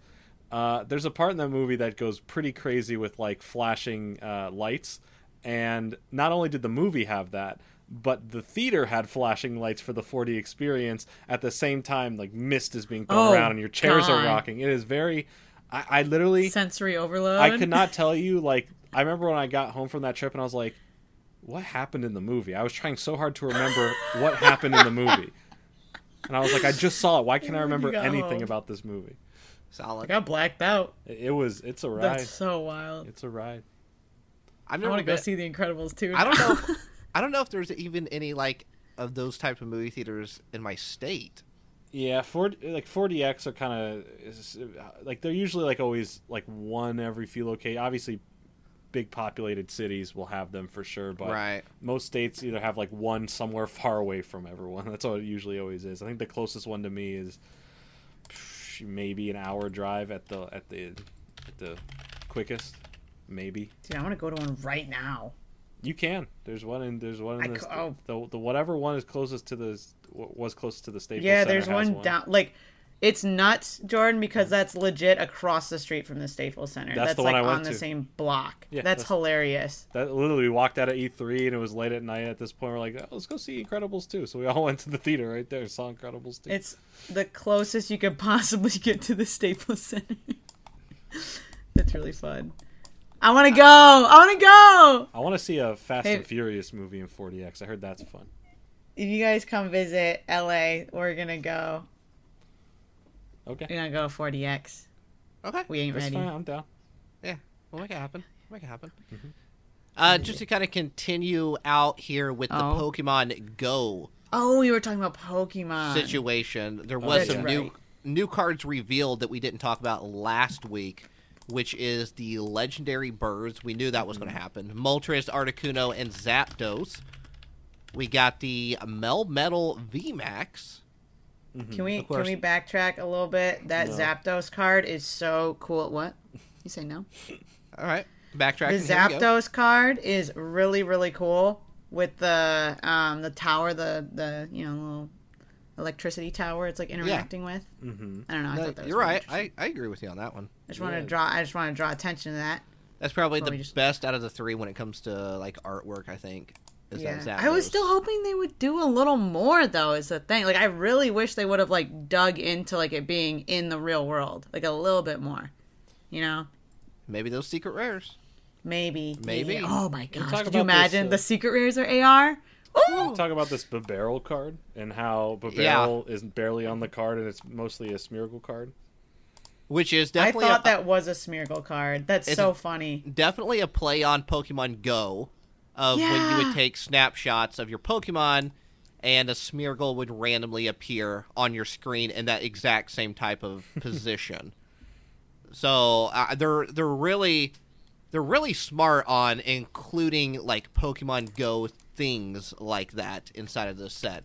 A: uh, there's a part in the movie that goes pretty crazy with like flashing uh, lights and not only did the movie have that but the theater had flashing lights for the 4d experience at the same time like mist is being thrown
C: Oh,
A: around and your chairs are
C: God.
A: rocking it is very i, I literally
C: Sensory overload.
A: I could not tell you. Like, I remember when I got home from that trip and I was like, what happened in the movie? I was trying so hard to remember what happened in the movie. And I was like, I just saw it. Why can't I remember
C: got
A: anything
C: home.
A: about this movie?
C: I
B: Solid.
C: got blacked out.
A: It, it was, it's a ride.
C: That's so wild.
A: It's a ride.
B: I've
C: I
B: never
C: want to go
B: been-
C: see The Incredibles too.
B: I don't
C: now.
B: know. if- I don't know if there's even any like of those types of movie theaters in my state.
A: Yeah, 40, like 4DX are kind of like they're usually like always like one every few locations. Obviously, big populated cities will have them for sure, but
B: Right.
A: most states either have like one somewhere far away from everyone. That's what it usually always is. I think the closest one to me is psh, maybe an hour drive at the at the at the quickest. Maybe
C: Dude, I want to go to one right now.
A: you can. There's one in there's one
C: I
A: in this,
C: cou- oh.
A: the, the whatever one is closest to the was closest to the Staples.
C: Yeah,
A: Center
C: there's
A: has
C: one,
A: one
C: down. Like, it's nuts, Jordan, because that's legit across the street from the Staples Center.
A: That's
C: That's,
A: the one
C: like
A: I went
C: on the
A: to.
C: same block.
A: Yeah,
C: that's,
A: that's-
C: hilarious.
A: That literally we walked out of E3 and it was late at night. At this point, we're like, oh, let's go see Incredibles 2. So we all went to the theater right there, and saw Incredibles 2.
C: It's the closest you could possibly get to the Staples Center. that's really fun. I want to go. I want to go.
A: I want to see a Fast
C: Hey-
A: and Furious movie in 40x. I heard that's fun.
C: If you guys come visit LA, we're gonna go.
A: Okay,
C: We're gonna go 40x.
B: Okay.
C: We ain't
A: that's
C: ready.
A: fine. I'm down.
B: Yeah, we'll make it happen. We'll make it happen. Uh, just to kind of continue out here with the
C: Oh.
B: Pokemon Go
C: Oh, you were talking about
B: Uh,
C: Pokemon.
B: situation, there was
A: yeah.
B: some new
C: Right.
B: new cards revealed that we didn't talk about last week, which is the legendary birds. We knew that was going to happen. Moltres, Articuno, and Zapdos. We got the Melmetal VMAX.
C: Can we can
B: course.
C: we backtrack a little bit? That Zapdos card is so cool. What? You say no?
B: All right, backtrack.
C: The
B: here we go.
C: Zapdos card is really really cool with the um the tower the the you know little electricity tower it's like interacting with. Mm-hmm. I don't know. I thought that was
B: You're
C: really
B: right.
C: interesting.
B: I, I agree with you on that one.
C: I just want to draw. I just want to draw attention to that.
B: That's probably
C: we
B: the
C: just-
B: best out of the three when it comes to like artwork. I think. Is
C: Yeah.
B: that
C: I was
B: Zapdos.
C: still hoping they would do a little more though. Is the thing like I really wish they would have like dug into like it being in the real world like a little bit more. You know.
B: maybe those secret rares.
C: Maybe.
B: Maybe.
C: Yeah. Oh my
A: talk
C: gosh. Could you
A: about this,
C: imagine
A: uh,
C: the secret rares are AR? Ooh!
A: Talk about this Babarrel card and how Babarrel is barely on the card and it's mostly a Smeargle card.
B: Which is
C: I
B: definitely
C: thought
B: a,
C: that was a Smeargle card. That's
B: It's-
C: so funny.
B: definitely a play on Pokemon Go of when you
C: Yeah.
B: would take snapshots of your Pokemon and a Smeargle would randomly appear on your screen in that exact same type of position. So uh, they're they're really they're really smart on including like Pokemon Go things like that inside of this set.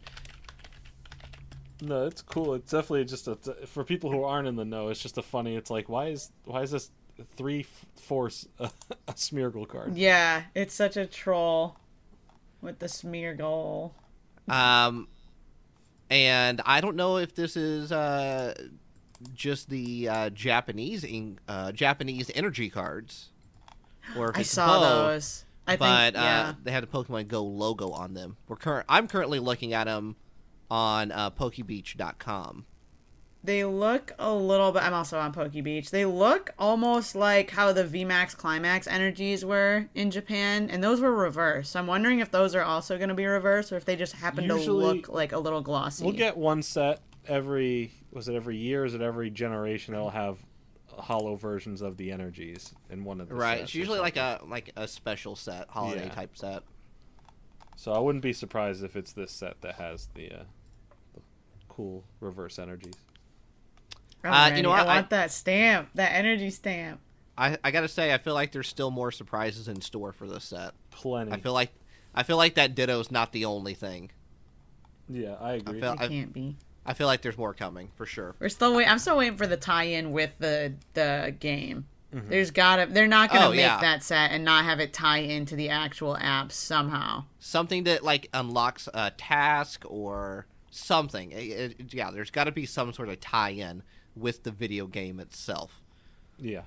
A: No, it's cool. It's definitely just a for people who aren't in the know. It's just a funny. It's like why is why is this three fourths a, a Smeargle card?
C: Yeah, it's such a troll with the Smeargle.
B: Um, and I don't know if this is uh, just the uh, Japanese in, uh, Japanese energy cards, or if
C: I
B: it's
C: saw
B: both,
C: those. I
B: but
C: think yeah.
B: uh, they had the Pokemon Go logo on them. We're current. I'm currently looking at them on uh, PokeBeach.com.
C: they look a little bit I'm also on Poke Beach. They look almost like how the VMAX Climax energies were in Japan and those were reversed. So I'm wondering if those are also going to be reversed or if they just happen
A: Usually-
C: to look like a little glossy.
A: We'll get one set every was it every year? Is it every generation that'll have hollow versions of the energies in one of the
B: Right.
A: sets
B: It's
A: or
B: usually like
A: something.
B: a like a special set, holiday
A: Yeah.
B: type set.
A: So I wouldn't be surprised if it's this set that has the, uh, the cool reverse energies.
C: I'm
B: Uh, you know
C: ready.
B: what?
C: I
B: I-
C: want that stamp, that energy stamp.
B: I, I gotta say, I feel like there's still more surprises in store for this set.
A: Plenty.
B: I feel like I feel like that Ditto is not the only thing.
A: yeah, I agree.
B: I feel
C: It
B: I,
C: can't be.
B: I feel like there's more coming for sure.
C: We're still wait. I'm still waiting for the tie-in with the the game. There's gotta. They're not gonna
B: Mm-hmm. Oh,
C: make
B: yeah.
C: that set and not have it tie into the actual app somehow.
B: Something that like unlocks a task or something. It- it- yeah, there's got to be some sort of tie-in with the video game itself.
A: yeah.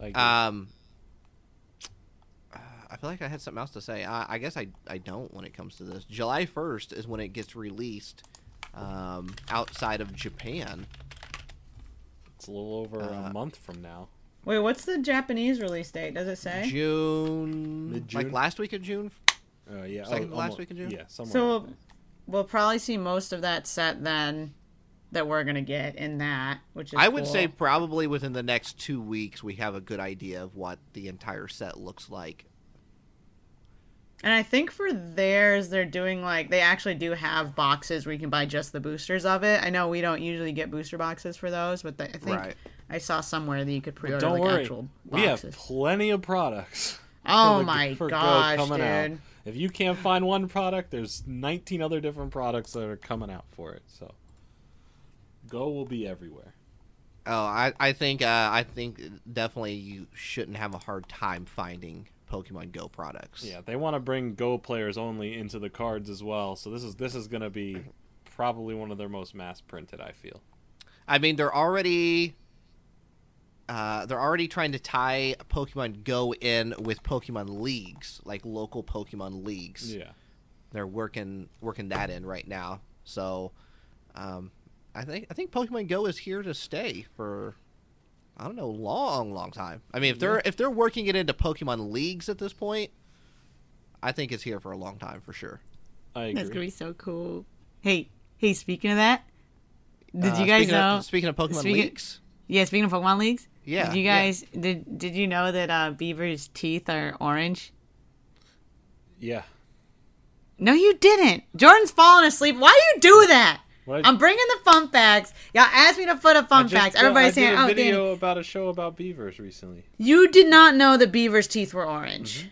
A: I agree.
B: Um, uh, I feel like I had something else to say. I, I guess I, I don't when it comes to this. July 1st is when it gets released um, outside of Japan.
A: it's a little over
B: uh,
A: a month from now.
C: Wait, what's the Japanese release date? Does it say?
B: June.
A: Mid-June?
B: Like last week of June?
A: Uh, yeah,
B: Second to last
A: almo-
B: week in June?
A: Yeah, somewhere.
C: So we'll, we'll probably see most of that set then that we're gonna get in that, which is
B: I would say
C: cool.
B: probably within the next two weeks, we have a good idea of what the entire set looks like.
C: And I think for theirs, they're doing like they actually do have boxes where you can buy just the boosters of it. I know we don't usually get booster boxes for those, but they, I think
B: Right.
C: I saw somewhere that you could pre-order
A: Don't
C: like
A: worry.
C: actual
A: We have
C: boxes.
A: plenty of products.
C: oh
A: for the-
C: my
A: for Go
C: gosh, dude!
A: coming Out. If you can't find one product, there's 19 other different products that are coming out for it. So Go will be everywhere.
B: Oh, I, I think uh, I think definitely you shouldn't have a hard time finding Pokemon Go products.
A: Yeah, they want to bring Go players only into the cards as well. So this is this is going to be probably one of their most mass printed, I feel.
B: I mean, they're already uh, they're already trying to tie Pokemon Go in with Pokemon leagues, like local Pokemon leagues.
A: Yeah.
B: They're working working that in right now. So, um, I think I think Pokemon Go is here to stay for I don't know, long long time. I mean, if they're if they're working it into Pokemon leagues at this point, I think it's here for a long time for sure.
A: I agree.
C: That's gonna be so cool. Hey, hey! Speaking of that, did
B: Uh,
C: you guys
B: speaking
C: know?
B: Of, speaking of Pokemon
C: speaking-
B: leagues,
C: yeah, speaking of Pokemon leagues.
B: Yeah,
C: Did you
B: yeah.
C: guys did did you know that uh, Beaver's teeth are orange?
A: Yeah.
C: No, you didn't. Jordan's falling asleep. Why do you do that?
A: What?
C: I'm bringing the fun facts. Y'all asked me to put up fun
A: I just- uh,
C: facts. Everybody's
A: I did
C: saying,
A: a
C: "Oh,
A: video
C: Danny,
A: about a show about beavers recently.
C: you did not know the beaver's teeth were orange."
B: Mm-hmm.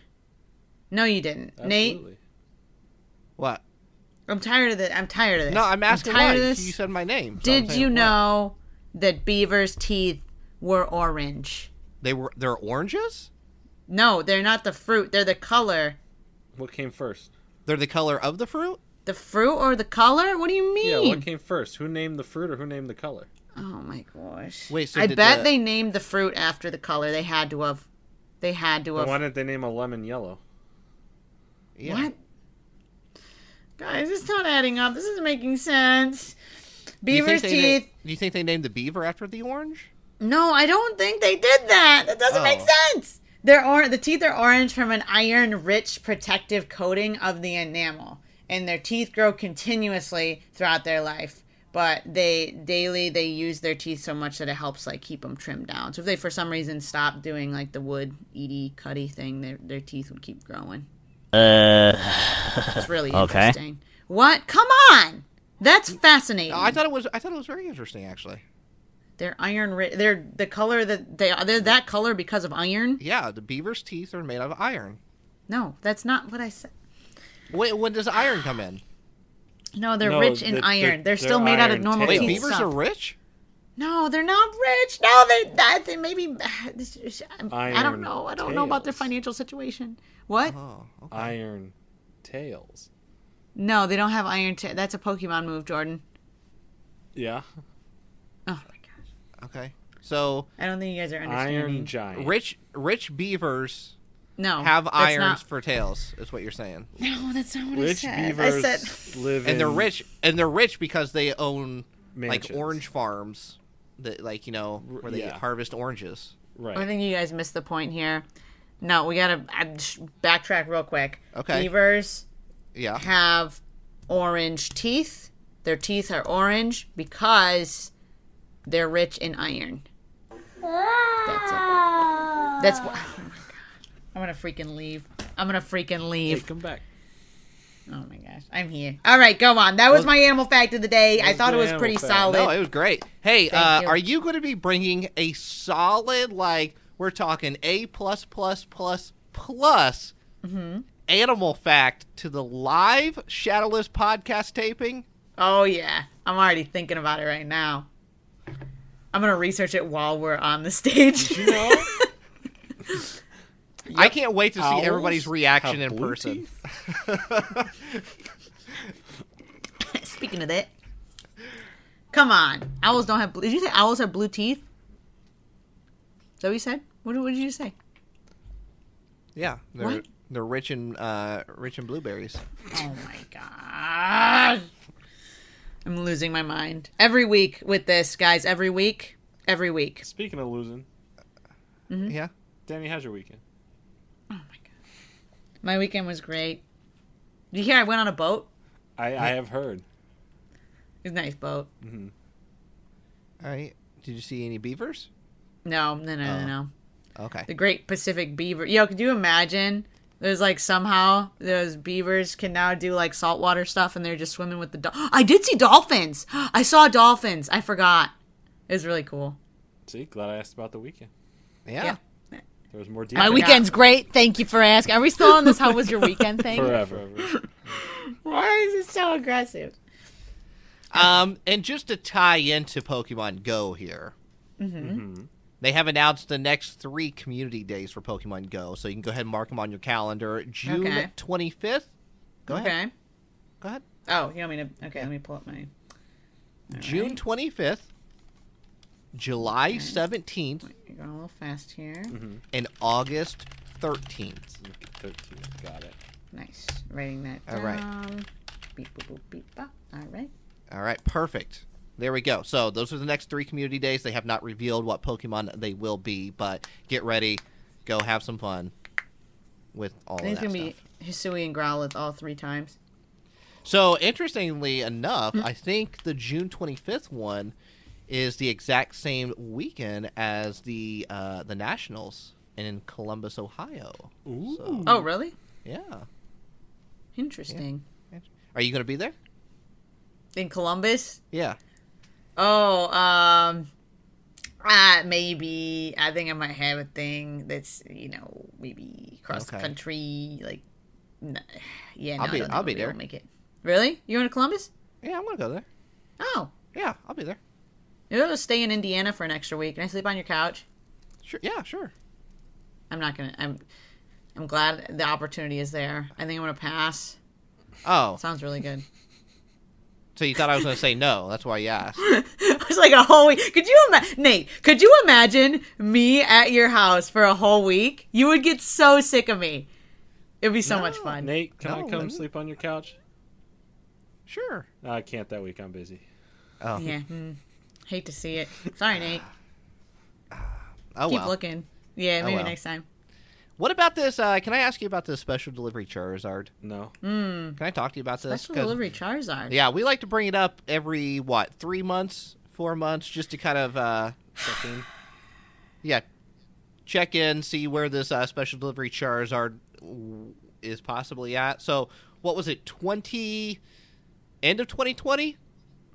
C: No, you didn't,
A: Absolutely.
C: Nate.
B: what?
C: I'm tired of that. I'm tired of this.
B: No, I'm asking
C: tired
B: why
C: of
B: you
C: this.
B: said my name. so I'm
C: did
B: saying
C: you
B: why.
C: know that beaver's teeth were orange?
B: They were they're oranges?
C: No, they're not the fruit. They're the color.
A: What came first?
B: They're the color of the fruit?
C: The fruit or the color? What do you mean?
A: Yeah, what came first? Who named the fruit or who named the color?
C: oh my gosh.
B: Wait, so
C: I
B: did
C: bet
B: the-
C: they named the fruit after the color. They had to have. They had to have.
A: Why didn't they name a lemon yellow?
B: Yeah.
C: What? Guys, it's not adding up. This isn't making sense.
B: Do you think
C: Beaver's
B: they
C: teeth.
B: na- do you think they named the beaver after the orange?
C: No, I don't think they did that. That doesn't make
B: Oh.
C: sense. They're or- the teeth are orange from an iron-rich protective coating of the enamel, and their teeth grow continuously throughout their life. But they daily they use their teeth so much that it helps like keep them trimmed down. So if they for some reason stop doing like the wood eaty cutty thing, their their teeth would keep growing. Uh, it's really
H: okay.
C: interesting. What? Come on, that's fascinating.
B: I thought it was I thought it was very interesting actually.
C: They're iron rich. They're the color that they are. They're that color because of iron.
B: Yeah, the beaver's teeth are made out of iron.
C: No, that's not what I said.
B: When, when does iron come in?
C: No, they're
A: No,
C: rich in
A: the- the-
C: iron. they're
A: they're
C: still made out of
A: iron
C: normal
A: teeth.
B: Wait,
C: teeth.
B: beavers
C: stuff.
B: are rich?
C: No, they're not rich. No, they. That, they maybe. this is- I
A: Iron
C: don't know. I don't know about their
A: tails.
C: financial situation. What?
B: Oh.
A: Iron tails.
C: No, they don't have iron. Ta- that's a Pokemon move, Jordan.
A: Yeah.
C: Oh my gosh.
B: Okay. So
C: I don't think you guys are understanding.
A: Iron giant.
B: rich rich beavers
C: no,
B: have
C: that's
B: irons
C: not-
B: for tails, is what you're saying.
C: no, that's not what
A: Rich
C: I said.
A: beavers
C: I said.
A: live in
B: and they're rich and they're rich because they own
A: Mansions.
B: like orange farms that like you know where they
A: yeah.
B: harvest oranges
A: Right.
C: I think you guys missed the point here. No, we gotta uh, sh- backtrack real quick.
B: Okay.
C: Beavers
B: yeah
C: have orange teeth. Their teeth are orange because they're rich in iron. That's it. That's why. Oh my god! I'm gonna freaking leave. I'm gonna freaking leave.
A: Take 'em back.
C: Oh my gosh! I'm here. All right, go on. That was my animal fact of the day. I thought it
A: the
C: was pretty
A: animal fact?
C: solid.
B: no it was great hey uh,
C: you.
B: are you going to be bringing a solid like We're talking A plus plus plus plus
C: Mm-hmm.
B: animal fact to the live Shadowless podcast taping.
C: Oh yeah, I'm already thinking about it right now. I'm gonna research it while we're on the stage.
A: You know,
B: I can't wait to see
A: owls
B: everybody's reaction
A: have
B: in
A: blue
B: person.
A: teeth?
C: Speaking of that, come on, owls don't have. Blue, did you say owls have blue teeth? Is that what you said? What, did- what did you say?
B: Yeah, they're
C: What?
B: they're rich in uh, rich in blueberries.
C: Oh my god. I'm losing my mind. Every week with this, guys, every week. Every week.
A: Speaking of losing,
C: Mm-hmm.
B: Yeah,
A: Danny, how's your weekend?
C: My weekend was great. Did you hear I went on a boat?
A: I, I have heard.
C: It was a nice boat.
B: all right. Did you see any beavers?
C: No, no, no, no, no.
B: Okay.
C: The Great Pacific Beaver. Yo, could you imagine? There's like somehow those beavers can now do like saltwater stuff and they're just swimming with the dol- I did see dolphins. I saw dolphins. I forgot. It was really cool.
A: See, glad I asked about the weekend.
B: Yeah.
A: There was more
H: My
A: detail.
H: weekend's great. Thank you for asking. Are we still on this? How was your weekend thing?
A: Forever.
C: Why is it so aggressive?
B: Um, and just to tie into Pokemon Go here,
C: Mm-hmm.
B: they have announced the next three community days for Pokemon Go, so you can go ahead and mark them on your calendar. June
C: Okay.
B: twenty fifth. Go
C: Okay.
B: ahead. Go ahead.
C: Oh, you want me to? Okay, let me pull up my.
B: June twenty fifth, July seventeenth,
C: You're going a little fast here.
B: and August thirteenth.
A: 13. Got it.
C: Nice. Writing that down.
B: All right.
C: Beep boop boop beep bop. All right.
B: All right, perfect. There we go. So those are the next three community days. They have not revealed what Pokemon they will be, but get ready, go have some fun with all
C: And
B: of
C: it's
B: that
C: gonna
B: stuff.
C: be Hisui and Growlithe all three times.
B: So interestingly enough, I think the June twenty fifth one is the exact same weekend as the uh, the Nationals in Columbus, Ohio. Ooh. So,
C: Oh, really?
B: yeah.
C: Interesting.
B: Are you going to be there?
C: In Columbus?
B: Yeah.
C: Oh, um, ah, maybe. I think I might have a thing that's you know maybe cross
B: Okay.
C: the country. Like, n- yeah. No,
B: I'll
C: I
B: be-
C: don't think
B: I'll be
C: I'll be able
B: there.
C: to Make it. Really? You're going to Columbus?
B: Yeah, I'm going to go there.
C: Oh,
B: Yeah, I'll be there.
C: you're going to stay in Indiana for an extra week. Can I sleep on your couch?
B: Sure. Yeah, sure.
C: I'm not gonna. I'm. I'm glad the opportunity is there. I think I'm gonna pass.
B: Oh,
C: Sounds really good.
B: so you thought I was going to say no. That's why you asked.
C: It's like a whole week. Could you imagine, Nate? Could you imagine me at your house for a whole week? You would get so sick of me. It'd be so much fun.
A: Nate, can
B: No,
A: I come
B: Lou.
A: sleep on your couch?
B: Sure.
A: No, I can't that week. I'm busy.
C: Yeah. mm. Hate to see it. Sorry, Nate.
B: Oh,
C: Keep
B: well. Oh,
C: looking. Yeah, maybe
B: well.
C: next time.
B: What about this? Uh, can I ask you about this special delivery Charizard?
A: No.
B: Can I talk to you about this?
C: Special
B: 'Cause-
C: delivery Charizard.
B: Yeah, we like to bring it up every what three months, four months, just to kind of uh,
A: Check in.
B: yeah, check in, see where this uh, special delivery Charizard w- is possibly at. So, what was it? Twenty end of twenty twenty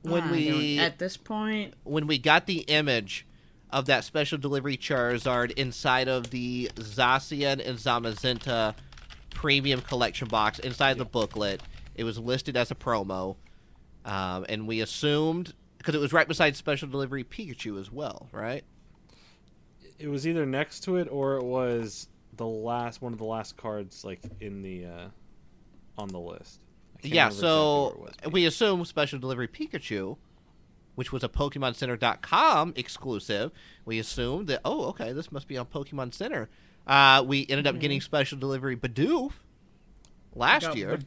B: when
C: Ah, you know,
B: we
C: at this point.
B: when we got the image of that special delivery Charizard inside of the Zacian and Zamazenta premium collection box inside the booklet. It was listed as a promo, um, and we assumed because it was right beside special delivery Pikachu as well, right?
A: It was either next to it or it was the last one of the last cards like in the uh on the list. I can't
B: yeah,
A: remember exactly where
B: so
A: it was.
B: we assume special delivery Pikachu, which was a PokemonCenter.com exclusive. We assumed that oh, okay, this must be on Pokemon Center. Uh, we ended up getting special delivery Bidoof last year.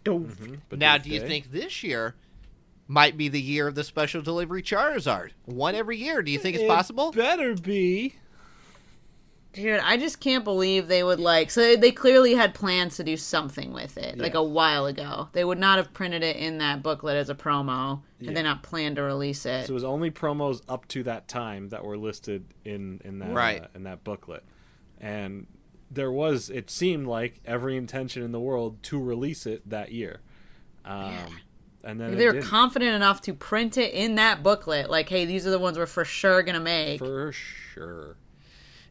A: But
B: now,
A: this
B: do you
A: day-
B: think this year might be the year of the special delivery Charizard? One every year. Do you think it's
A: It
B: possible?
A: Better be.
C: Dude, I just can't believe they would like. So they- they clearly had plans to do something with it, like
A: Yeah.
C: a while ago. They would not have printed it in that booklet as a promo, and they not planned to release it.
A: So it was only promos up to that time that were listed in in that
B: Right.
A: uh, in that booklet, and there was it seemed like every intention in the world to release it that year, um, and then
C: they
A: it
C: were
A: didn't.
C: confident enough to print it in that booklet, like, hey, these are the ones we're for sure gonna make.
A: for sure.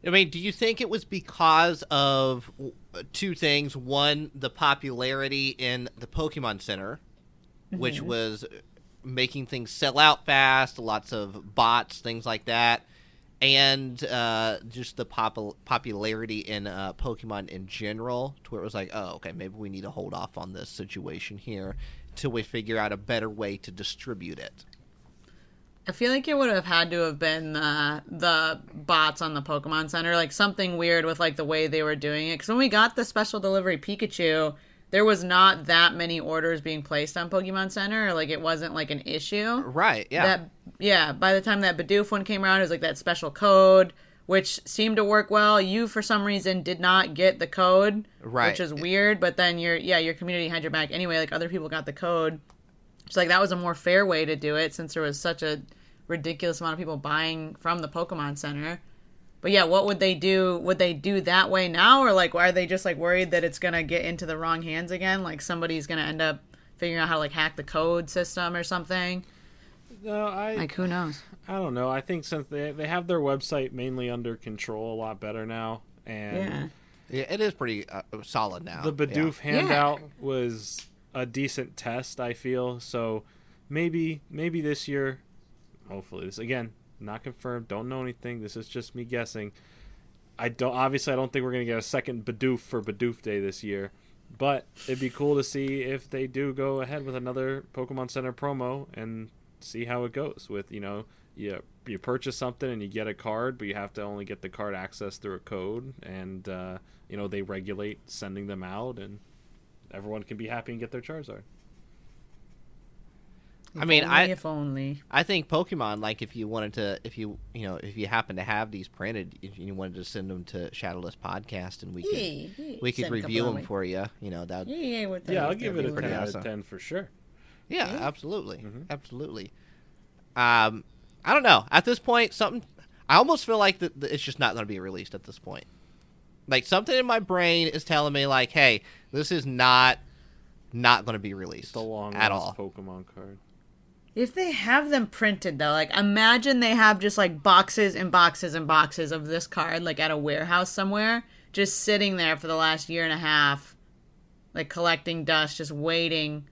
B: I mean, do you think it was because of w- two things? One, the popularity in the Pokemon Center, which was making things sell out fast, lots of bots, things like that, and uh, just the pop- popularity in uh, Pokemon in general, to where it was like, oh, okay, maybe we need to hold off on this situation here till we figure out a better way to distribute it.
C: I feel like it would have had to have been uh, the bots on the Pokemon Center, like something weird with like the way they were doing it. Because when we got the special delivery Pikachu, there was not that many orders being placed on Pokemon Center. Like it wasn't like an issue.
B: Right? Yeah.
C: That yeah. By the time that Bidoof one came around, it was like that special code, which seemed to work well. You for some reason did not get the code,
B: Right.
C: Which is weird. But then your yeah your community had your back anyway. Like other people got the code. So like that was a more fair way to do it since there was such a ridiculous amount of people buying from the Pokemon Center. But yeah, what would they do? Would they do that way now, or like, are they just like worried that it's gonna get into the wrong hands again? Like somebody's gonna end up figuring out how to like hack the code system or something.
A: No, I
C: Like who knows?
A: I don't know. I think since they they have their website mainly under control a lot better now, and
C: Yeah.
B: Yeah, it is pretty uh, solid now.
A: the
B: Yeah.
A: Bidoof handout was a decent test. I feel so. Maybe maybe this year, hopefully this again not confirmed. Don't know anything. This is just me guessing. I don't obviously I don't think we're gonna get a second Bidoof for Bidoof Day this year, but it'd be cool to see if they do go ahead with another Pokemon Center promo and see how it goes. With you know you you purchase something and you get a card, but you have to only get the card access through a code, and uh, you know they regulate sending them out, and everyone can be happy and get their Charizard.
B: I mean,
C: Only
B: I
C: if only.
B: I think Pokemon. Like, if you wanted to, if you you know, if you happen to have these printed, if you wanted to send them to Shadowless Podcast, and we could
C: Yeah, yeah,
B: we could
C: send a couple
B: review
C: our
B: them
C: way.
B: for you. You know that.
C: Yeah,
B: Yeah,
C: yeah, with the-
A: Yeah, I'll
C: with
A: give
C: the
A: it a
C: reward.
A: ten out
B: awesome.
A: of ten for sure.
B: absolutely,
A: Mm-hmm.
B: absolutely. Um, I don't know. At this point, something. I almost feel like that that it's just not going to be released at this point. Like something in my brain is telling me, like, hey, this is not not going to be released
A: The long
B: at all.
A: Pokemon card.
C: If they have them printed though, like imagine they have just like boxes and boxes and boxes of this card, like at a warehouse somewhere, just sitting there for the last year and a half, like collecting dust, just waiting.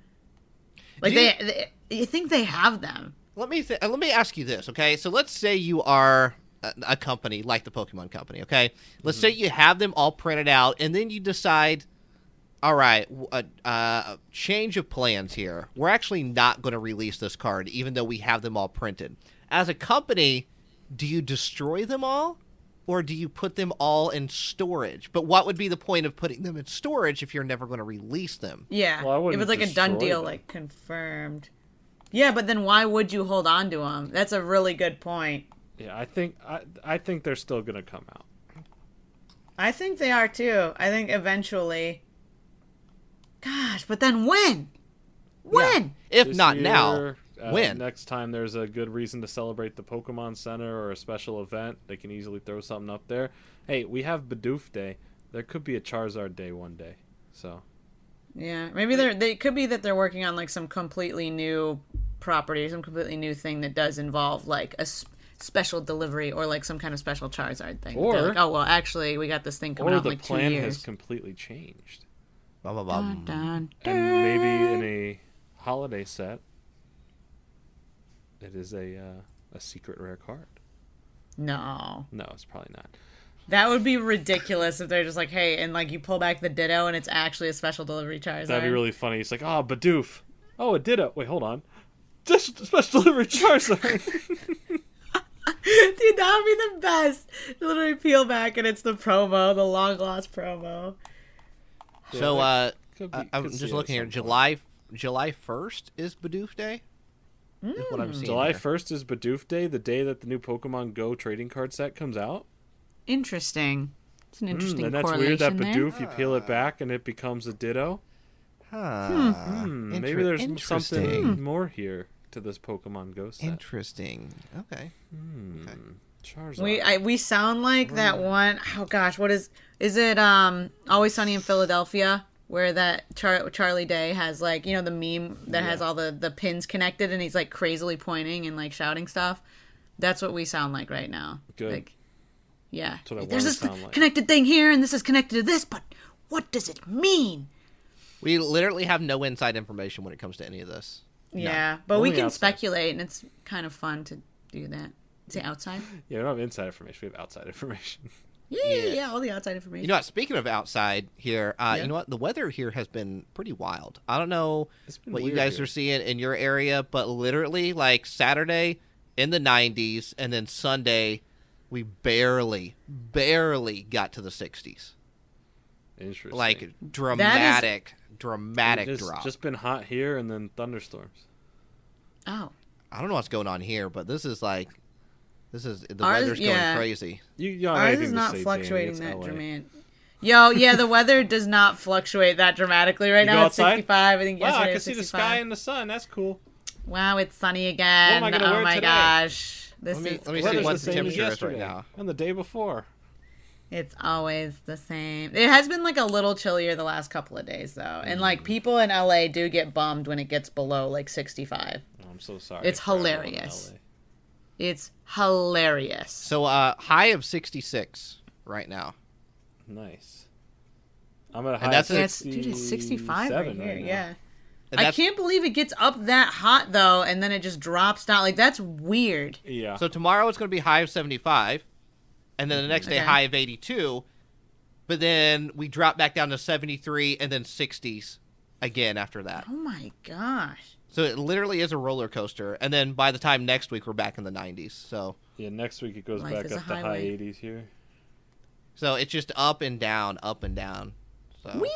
C: Like
B: Do
C: they,
B: you-
C: they, you think they have them?
B: let me th- uh, let me ask you this, okay? So let's say you are a, a company like the Pokemon Company, okay? Let's say
A: Mm-hmm.
B: you have them all printed out, and then you decide, all right, w- a, uh, a change of plans here. We're actually not going to release this card, even though we have them all printed. As a company, do you destroy them all, or do you put them all in storage? But what would be the point of putting them in storage if you're never going to release them?
C: Yeah,
A: Well, I
C: it
A: wouldn't
C: was like a done
A: destroy
C: deal,
A: them.
C: like confirmed. Yeah, but then why would you hold on to them? That's a really good point.
A: Yeah, I think I I think they're still gonna come out.
C: I think they are too. I think eventually. Gosh, but then when? When?
B: If
A: This
B: not
A: year,
B: now,
A: uh,
B: when?
A: Next time there's a good reason to celebrate the Pokemon Center or a special event, they can easily throw something up there. Hey, we have Bidoof Day. There could be a Charizard Day one day. So
C: Yeah, maybe they're they it could be that they're working on like some completely new property, some completely new thing that does involve like a s- special delivery or like some kind of special Charizard thing. They're
A: Or-
C: like, oh well, actually, we got this thing coming
A: or
C: out in
A: the
C: like two
A: plan has
C: years.
A: completely changed.
B: Blah, blah, blah.
C: Dun, dun.
A: And maybe in a holiday set it is a uh, a secret rare card.
C: No,
A: No, it's probably not.
C: that would be ridiculous if they're just like, hey, and like you pull back the Ditto and it's actually a special delivery Charizard.
A: That'd be really funny. It's like, oh, Bidoof. Oh, it did it. Wait, hold on. Just special delivery Charizard.
C: Dude, that would be the best. Literally peel back and it's the promo, the long lost promo.
B: So, uh,
A: Could be-
B: I- I'm
A: could see
B: just
A: it at
B: looking here.
A: some
B: July
A: point.
B: July first is Bidoof Day. Is what I'm seeing.
A: July
B: here.
A: first is Bidoof Day, the day that the new Pokemon Go trading card set comes out.
C: Interesting. It's an interesting
A: and Hmm, that's
C: correlation
A: weird that
C: there.
A: Bidoof, you peel it back and it becomes a Ditto.
B: Huh.
A: Hmm,
B: Inter-
A: maybe there's m-
B: interesting.
C: Hmm.
A: something more here to this Pokemon Go set.
B: Interesting. Okay.
A: Charizard.
C: We I, we sound
A: Hmm.
C: like that one oh gosh, what is is it? Um, Always Sunny in Philadelphia, where that Char- Charlie Day has like you know the meme that has all the the pins connected, and he's like crazily pointing and like shouting stuff. That's what we sound like right now.
A: Good.
C: Like, Yeah.
A: what I
C: There's
A: wanna
C: this
A: sound like.
C: connected thing here, and this is connected to this, but what does it mean?
B: We literally have no inside information when it comes to any of this.
C: Yeah, but we
A: Only
C: can
A: outside.
C: speculate, and it's kind of fun to do that. Say outside.
A: Yeah, we don't have inside information. We have outside information.
C: Yeah, yeah, yeah, all the outside information.
B: You know what? Speaking of outside here, uh, you know what? The weather here has been pretty wild. I don't know
A: It's been
B: what you
A: weird
B: guys
A: here.
B: are seeing in your area, but literally, like Saturday in the 90s, and then Sunday, we barely, barely got to the 60s.
A: Interesting.
B: Like dramatic, dramatic
A: it's
B: drop.
A: just been hot here and then thunderstorms.
C: oh,
B: I don't know what's going on here, but this is like, this is the
C: Ours-
B: weather's
C: yeah.
B: going crazy.
A: You, you don't have
C: ours
A: anything
C: is
A: to
C: not
A: say, Danny.
C: fluctuating
A: It's
C: that
A: LA.
C: dramatic. Yo, yeah, the weather does not fluctuate that dramatically right
A: You go
C: now. It's
A: outside?
C: 65. I think
A: Wow,
C: yesterday
A: I can
C: was
A: see the
C: 65.
A: sky and the sun. That's cool.
C: Wow, it's sunny again.
A: What am I gonna
C: oh
A: wear
C: my
A: today?
C: gosh. This
B: Let me-
C: is
B: let me see
C: crazy.
A: Weather's
B: what
A: the
B: the
A: same as
B: temperature is right
A: yesterday
B: now.
A: and the day before.
C: It's always the same. It has been like a little chillier the last couple of days though. And
A: Mm.
C: like people in LA do get bummed when it gets below like 65.
A: Oh, I'm so sorry.
C: It's
A: for everyone in
C: hilarious.
A: LA.
C: It's hilarious.
B: So, uh, high of 66 right now.
A: Nice. I'm at a high
B: that's
A: of
B: a-
C: Yeah, it's, dude, it's 65 right
A: 67
C: here.
A: now.
C: yeah.
B: And
C: I
B: that's-
C: can't believe it gets up that hot though, and then it just drops down. Like that's weird.
A: Yeah.
B: So tomorrow it's going to be high of 75, and then the next day
C: Okay.
B: high of 82, but then we drop back down to 73 and then 60s again after that.
C: Oh my gosh.
B: So it literally is a roller coaster. And then by the time next week we're back in the 90s. So
A: yeah, next week it goes
C: Life
A: back
C: is a
A: up to high
C: highway.
A: 80s here.
B: so it's just up and down, up and down. So
C: Whee!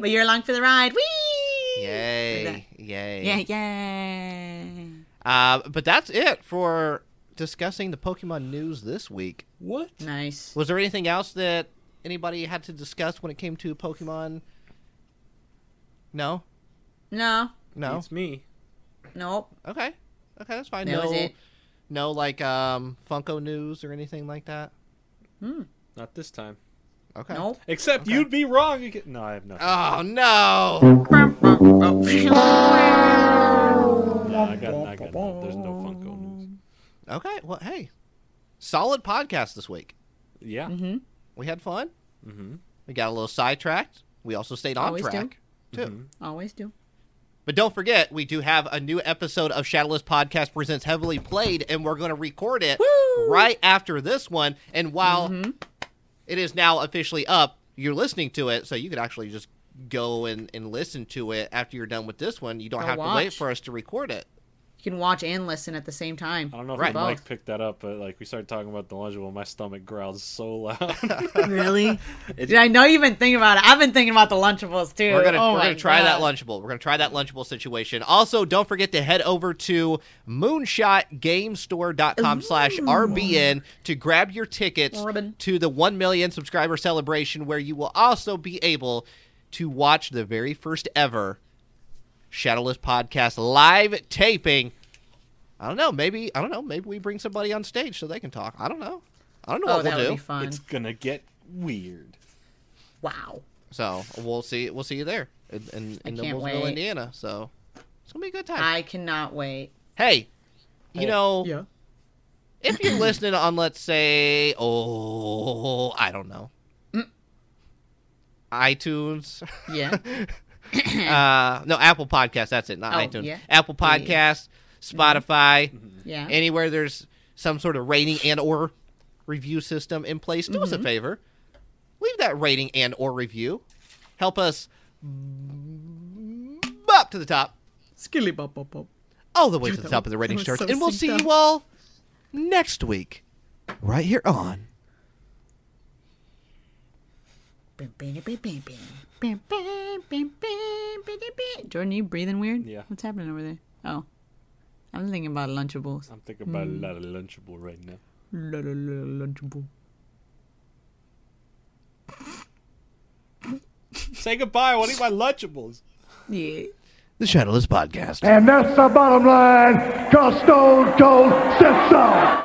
C: But you're along for the ride. Whee!
B: yay,
C: Yeah,
B: yay.
C: yeah.
B: Uh, but that's it for discussing the Pokemon news this week.
A: What?
C: Nice.
B: Was there anything else that anybody had to discuss when it came to Pokemon? No,
C: No.
B: no.
A: It's me.
C: Nope.
B: Okay. Okay, that's fine.
C: That
B: no,
C: was it.
B: no, like um, Funko news or anything like that.
A: Not this time.
B: Okay.
C: Nope.
A: Except you'd be wrong. You get... No, I have nothing.
B: Oh no! Oh.
A: Nah, I got, I got no, There's no Funko news.
B: Okay. Well, hey, solid podcast this week.
A: Yeah.
B: We had fun. Mm-hmm. We got a little sidetracked. We also stayed on
C: Always do. Mm-hmm.
B: track too.
C: Always do.
B: But don't forget, we do have a new episode of Shadowless Podcast Presents Heavily Played, and we're going to record it right after this one. And while
C: Mm-hmm.
B: it is now officially up, you're listening to it, so you could actually just go and, and listen to it after you're done with this one. You don't
C: Go
B: have to wait
C: watch.
B: for us to record it.
C: You can watch and listen at the same time.
A: I don't know if
B: Right.
A: Mike
C: Both.
A: picked that up, but like we started talking about the legible, my stomach growled so loud.
C: Really? Dude, I know you've been thinking about it. I've been thinking about the Lunchables too.
B: We're gonna
C: Oh
B: we're
C: my
B: gonna try that
C: God.
B: lunchable. We're gonna try that lunchable situation. Also, don't forget to head over to moonshotgamestore.com slash RBN to grab your tickets
C: Ribbon.
B: to the one million subscriber celebration where you will also be able to watch the very first ever Shadowless Podcast live taping. I don't know, maybe I don't know, maybe we bring somebody on stage so they can talk. I don't know. I don't know
C: Oh,
B: what
C: that
B: we'll do.
C: would be fun.
A: it's gonna get weird.
C: Wow.
B: So we'll see. We'll see you there in, in, in
C: can't
B: Noblesville,
C: wait.
B: Indiana. So it's gonna be a good time.
C: I cannot wait.
B: hey, you know, if you're listening on, let's say, oh, I don't know,
C: Mm.
B: iTunes.
C: Yeah.
B: uh, no, Apple Podcast. That's it, not
C: Oh,
B: iTunes.
C: yeah.
B: Apple
C: Yeah,
B: Podcast, Spotify,
C: Yeah.
B: anywhere there's some sort of rating and or review system in place. Do us
D: Mm-hmm.
B: a favor, leave that rating and or review. Help us up to the top,
D: Skilly bop bop bop.
B: all the way to the top of the rating
D: was
B: charts,
D: so
B: and we'll see
D: synced up.
B: you all next week, right here on.
C: Jordan, you breathing weird?
A: Yeah.
C: What's happening over there? Oh. I'm thinking about Lunchables.
A: I'm thinking about
C: Mm.
A: a lot of lunchable right now.
D: La la la lunchable.
A: Say goodbye. I want to eat my lunchables.
C: Yeah.
B: The Shadowless Podcast.
I: And that's the bottom line, because Stone Cold said so.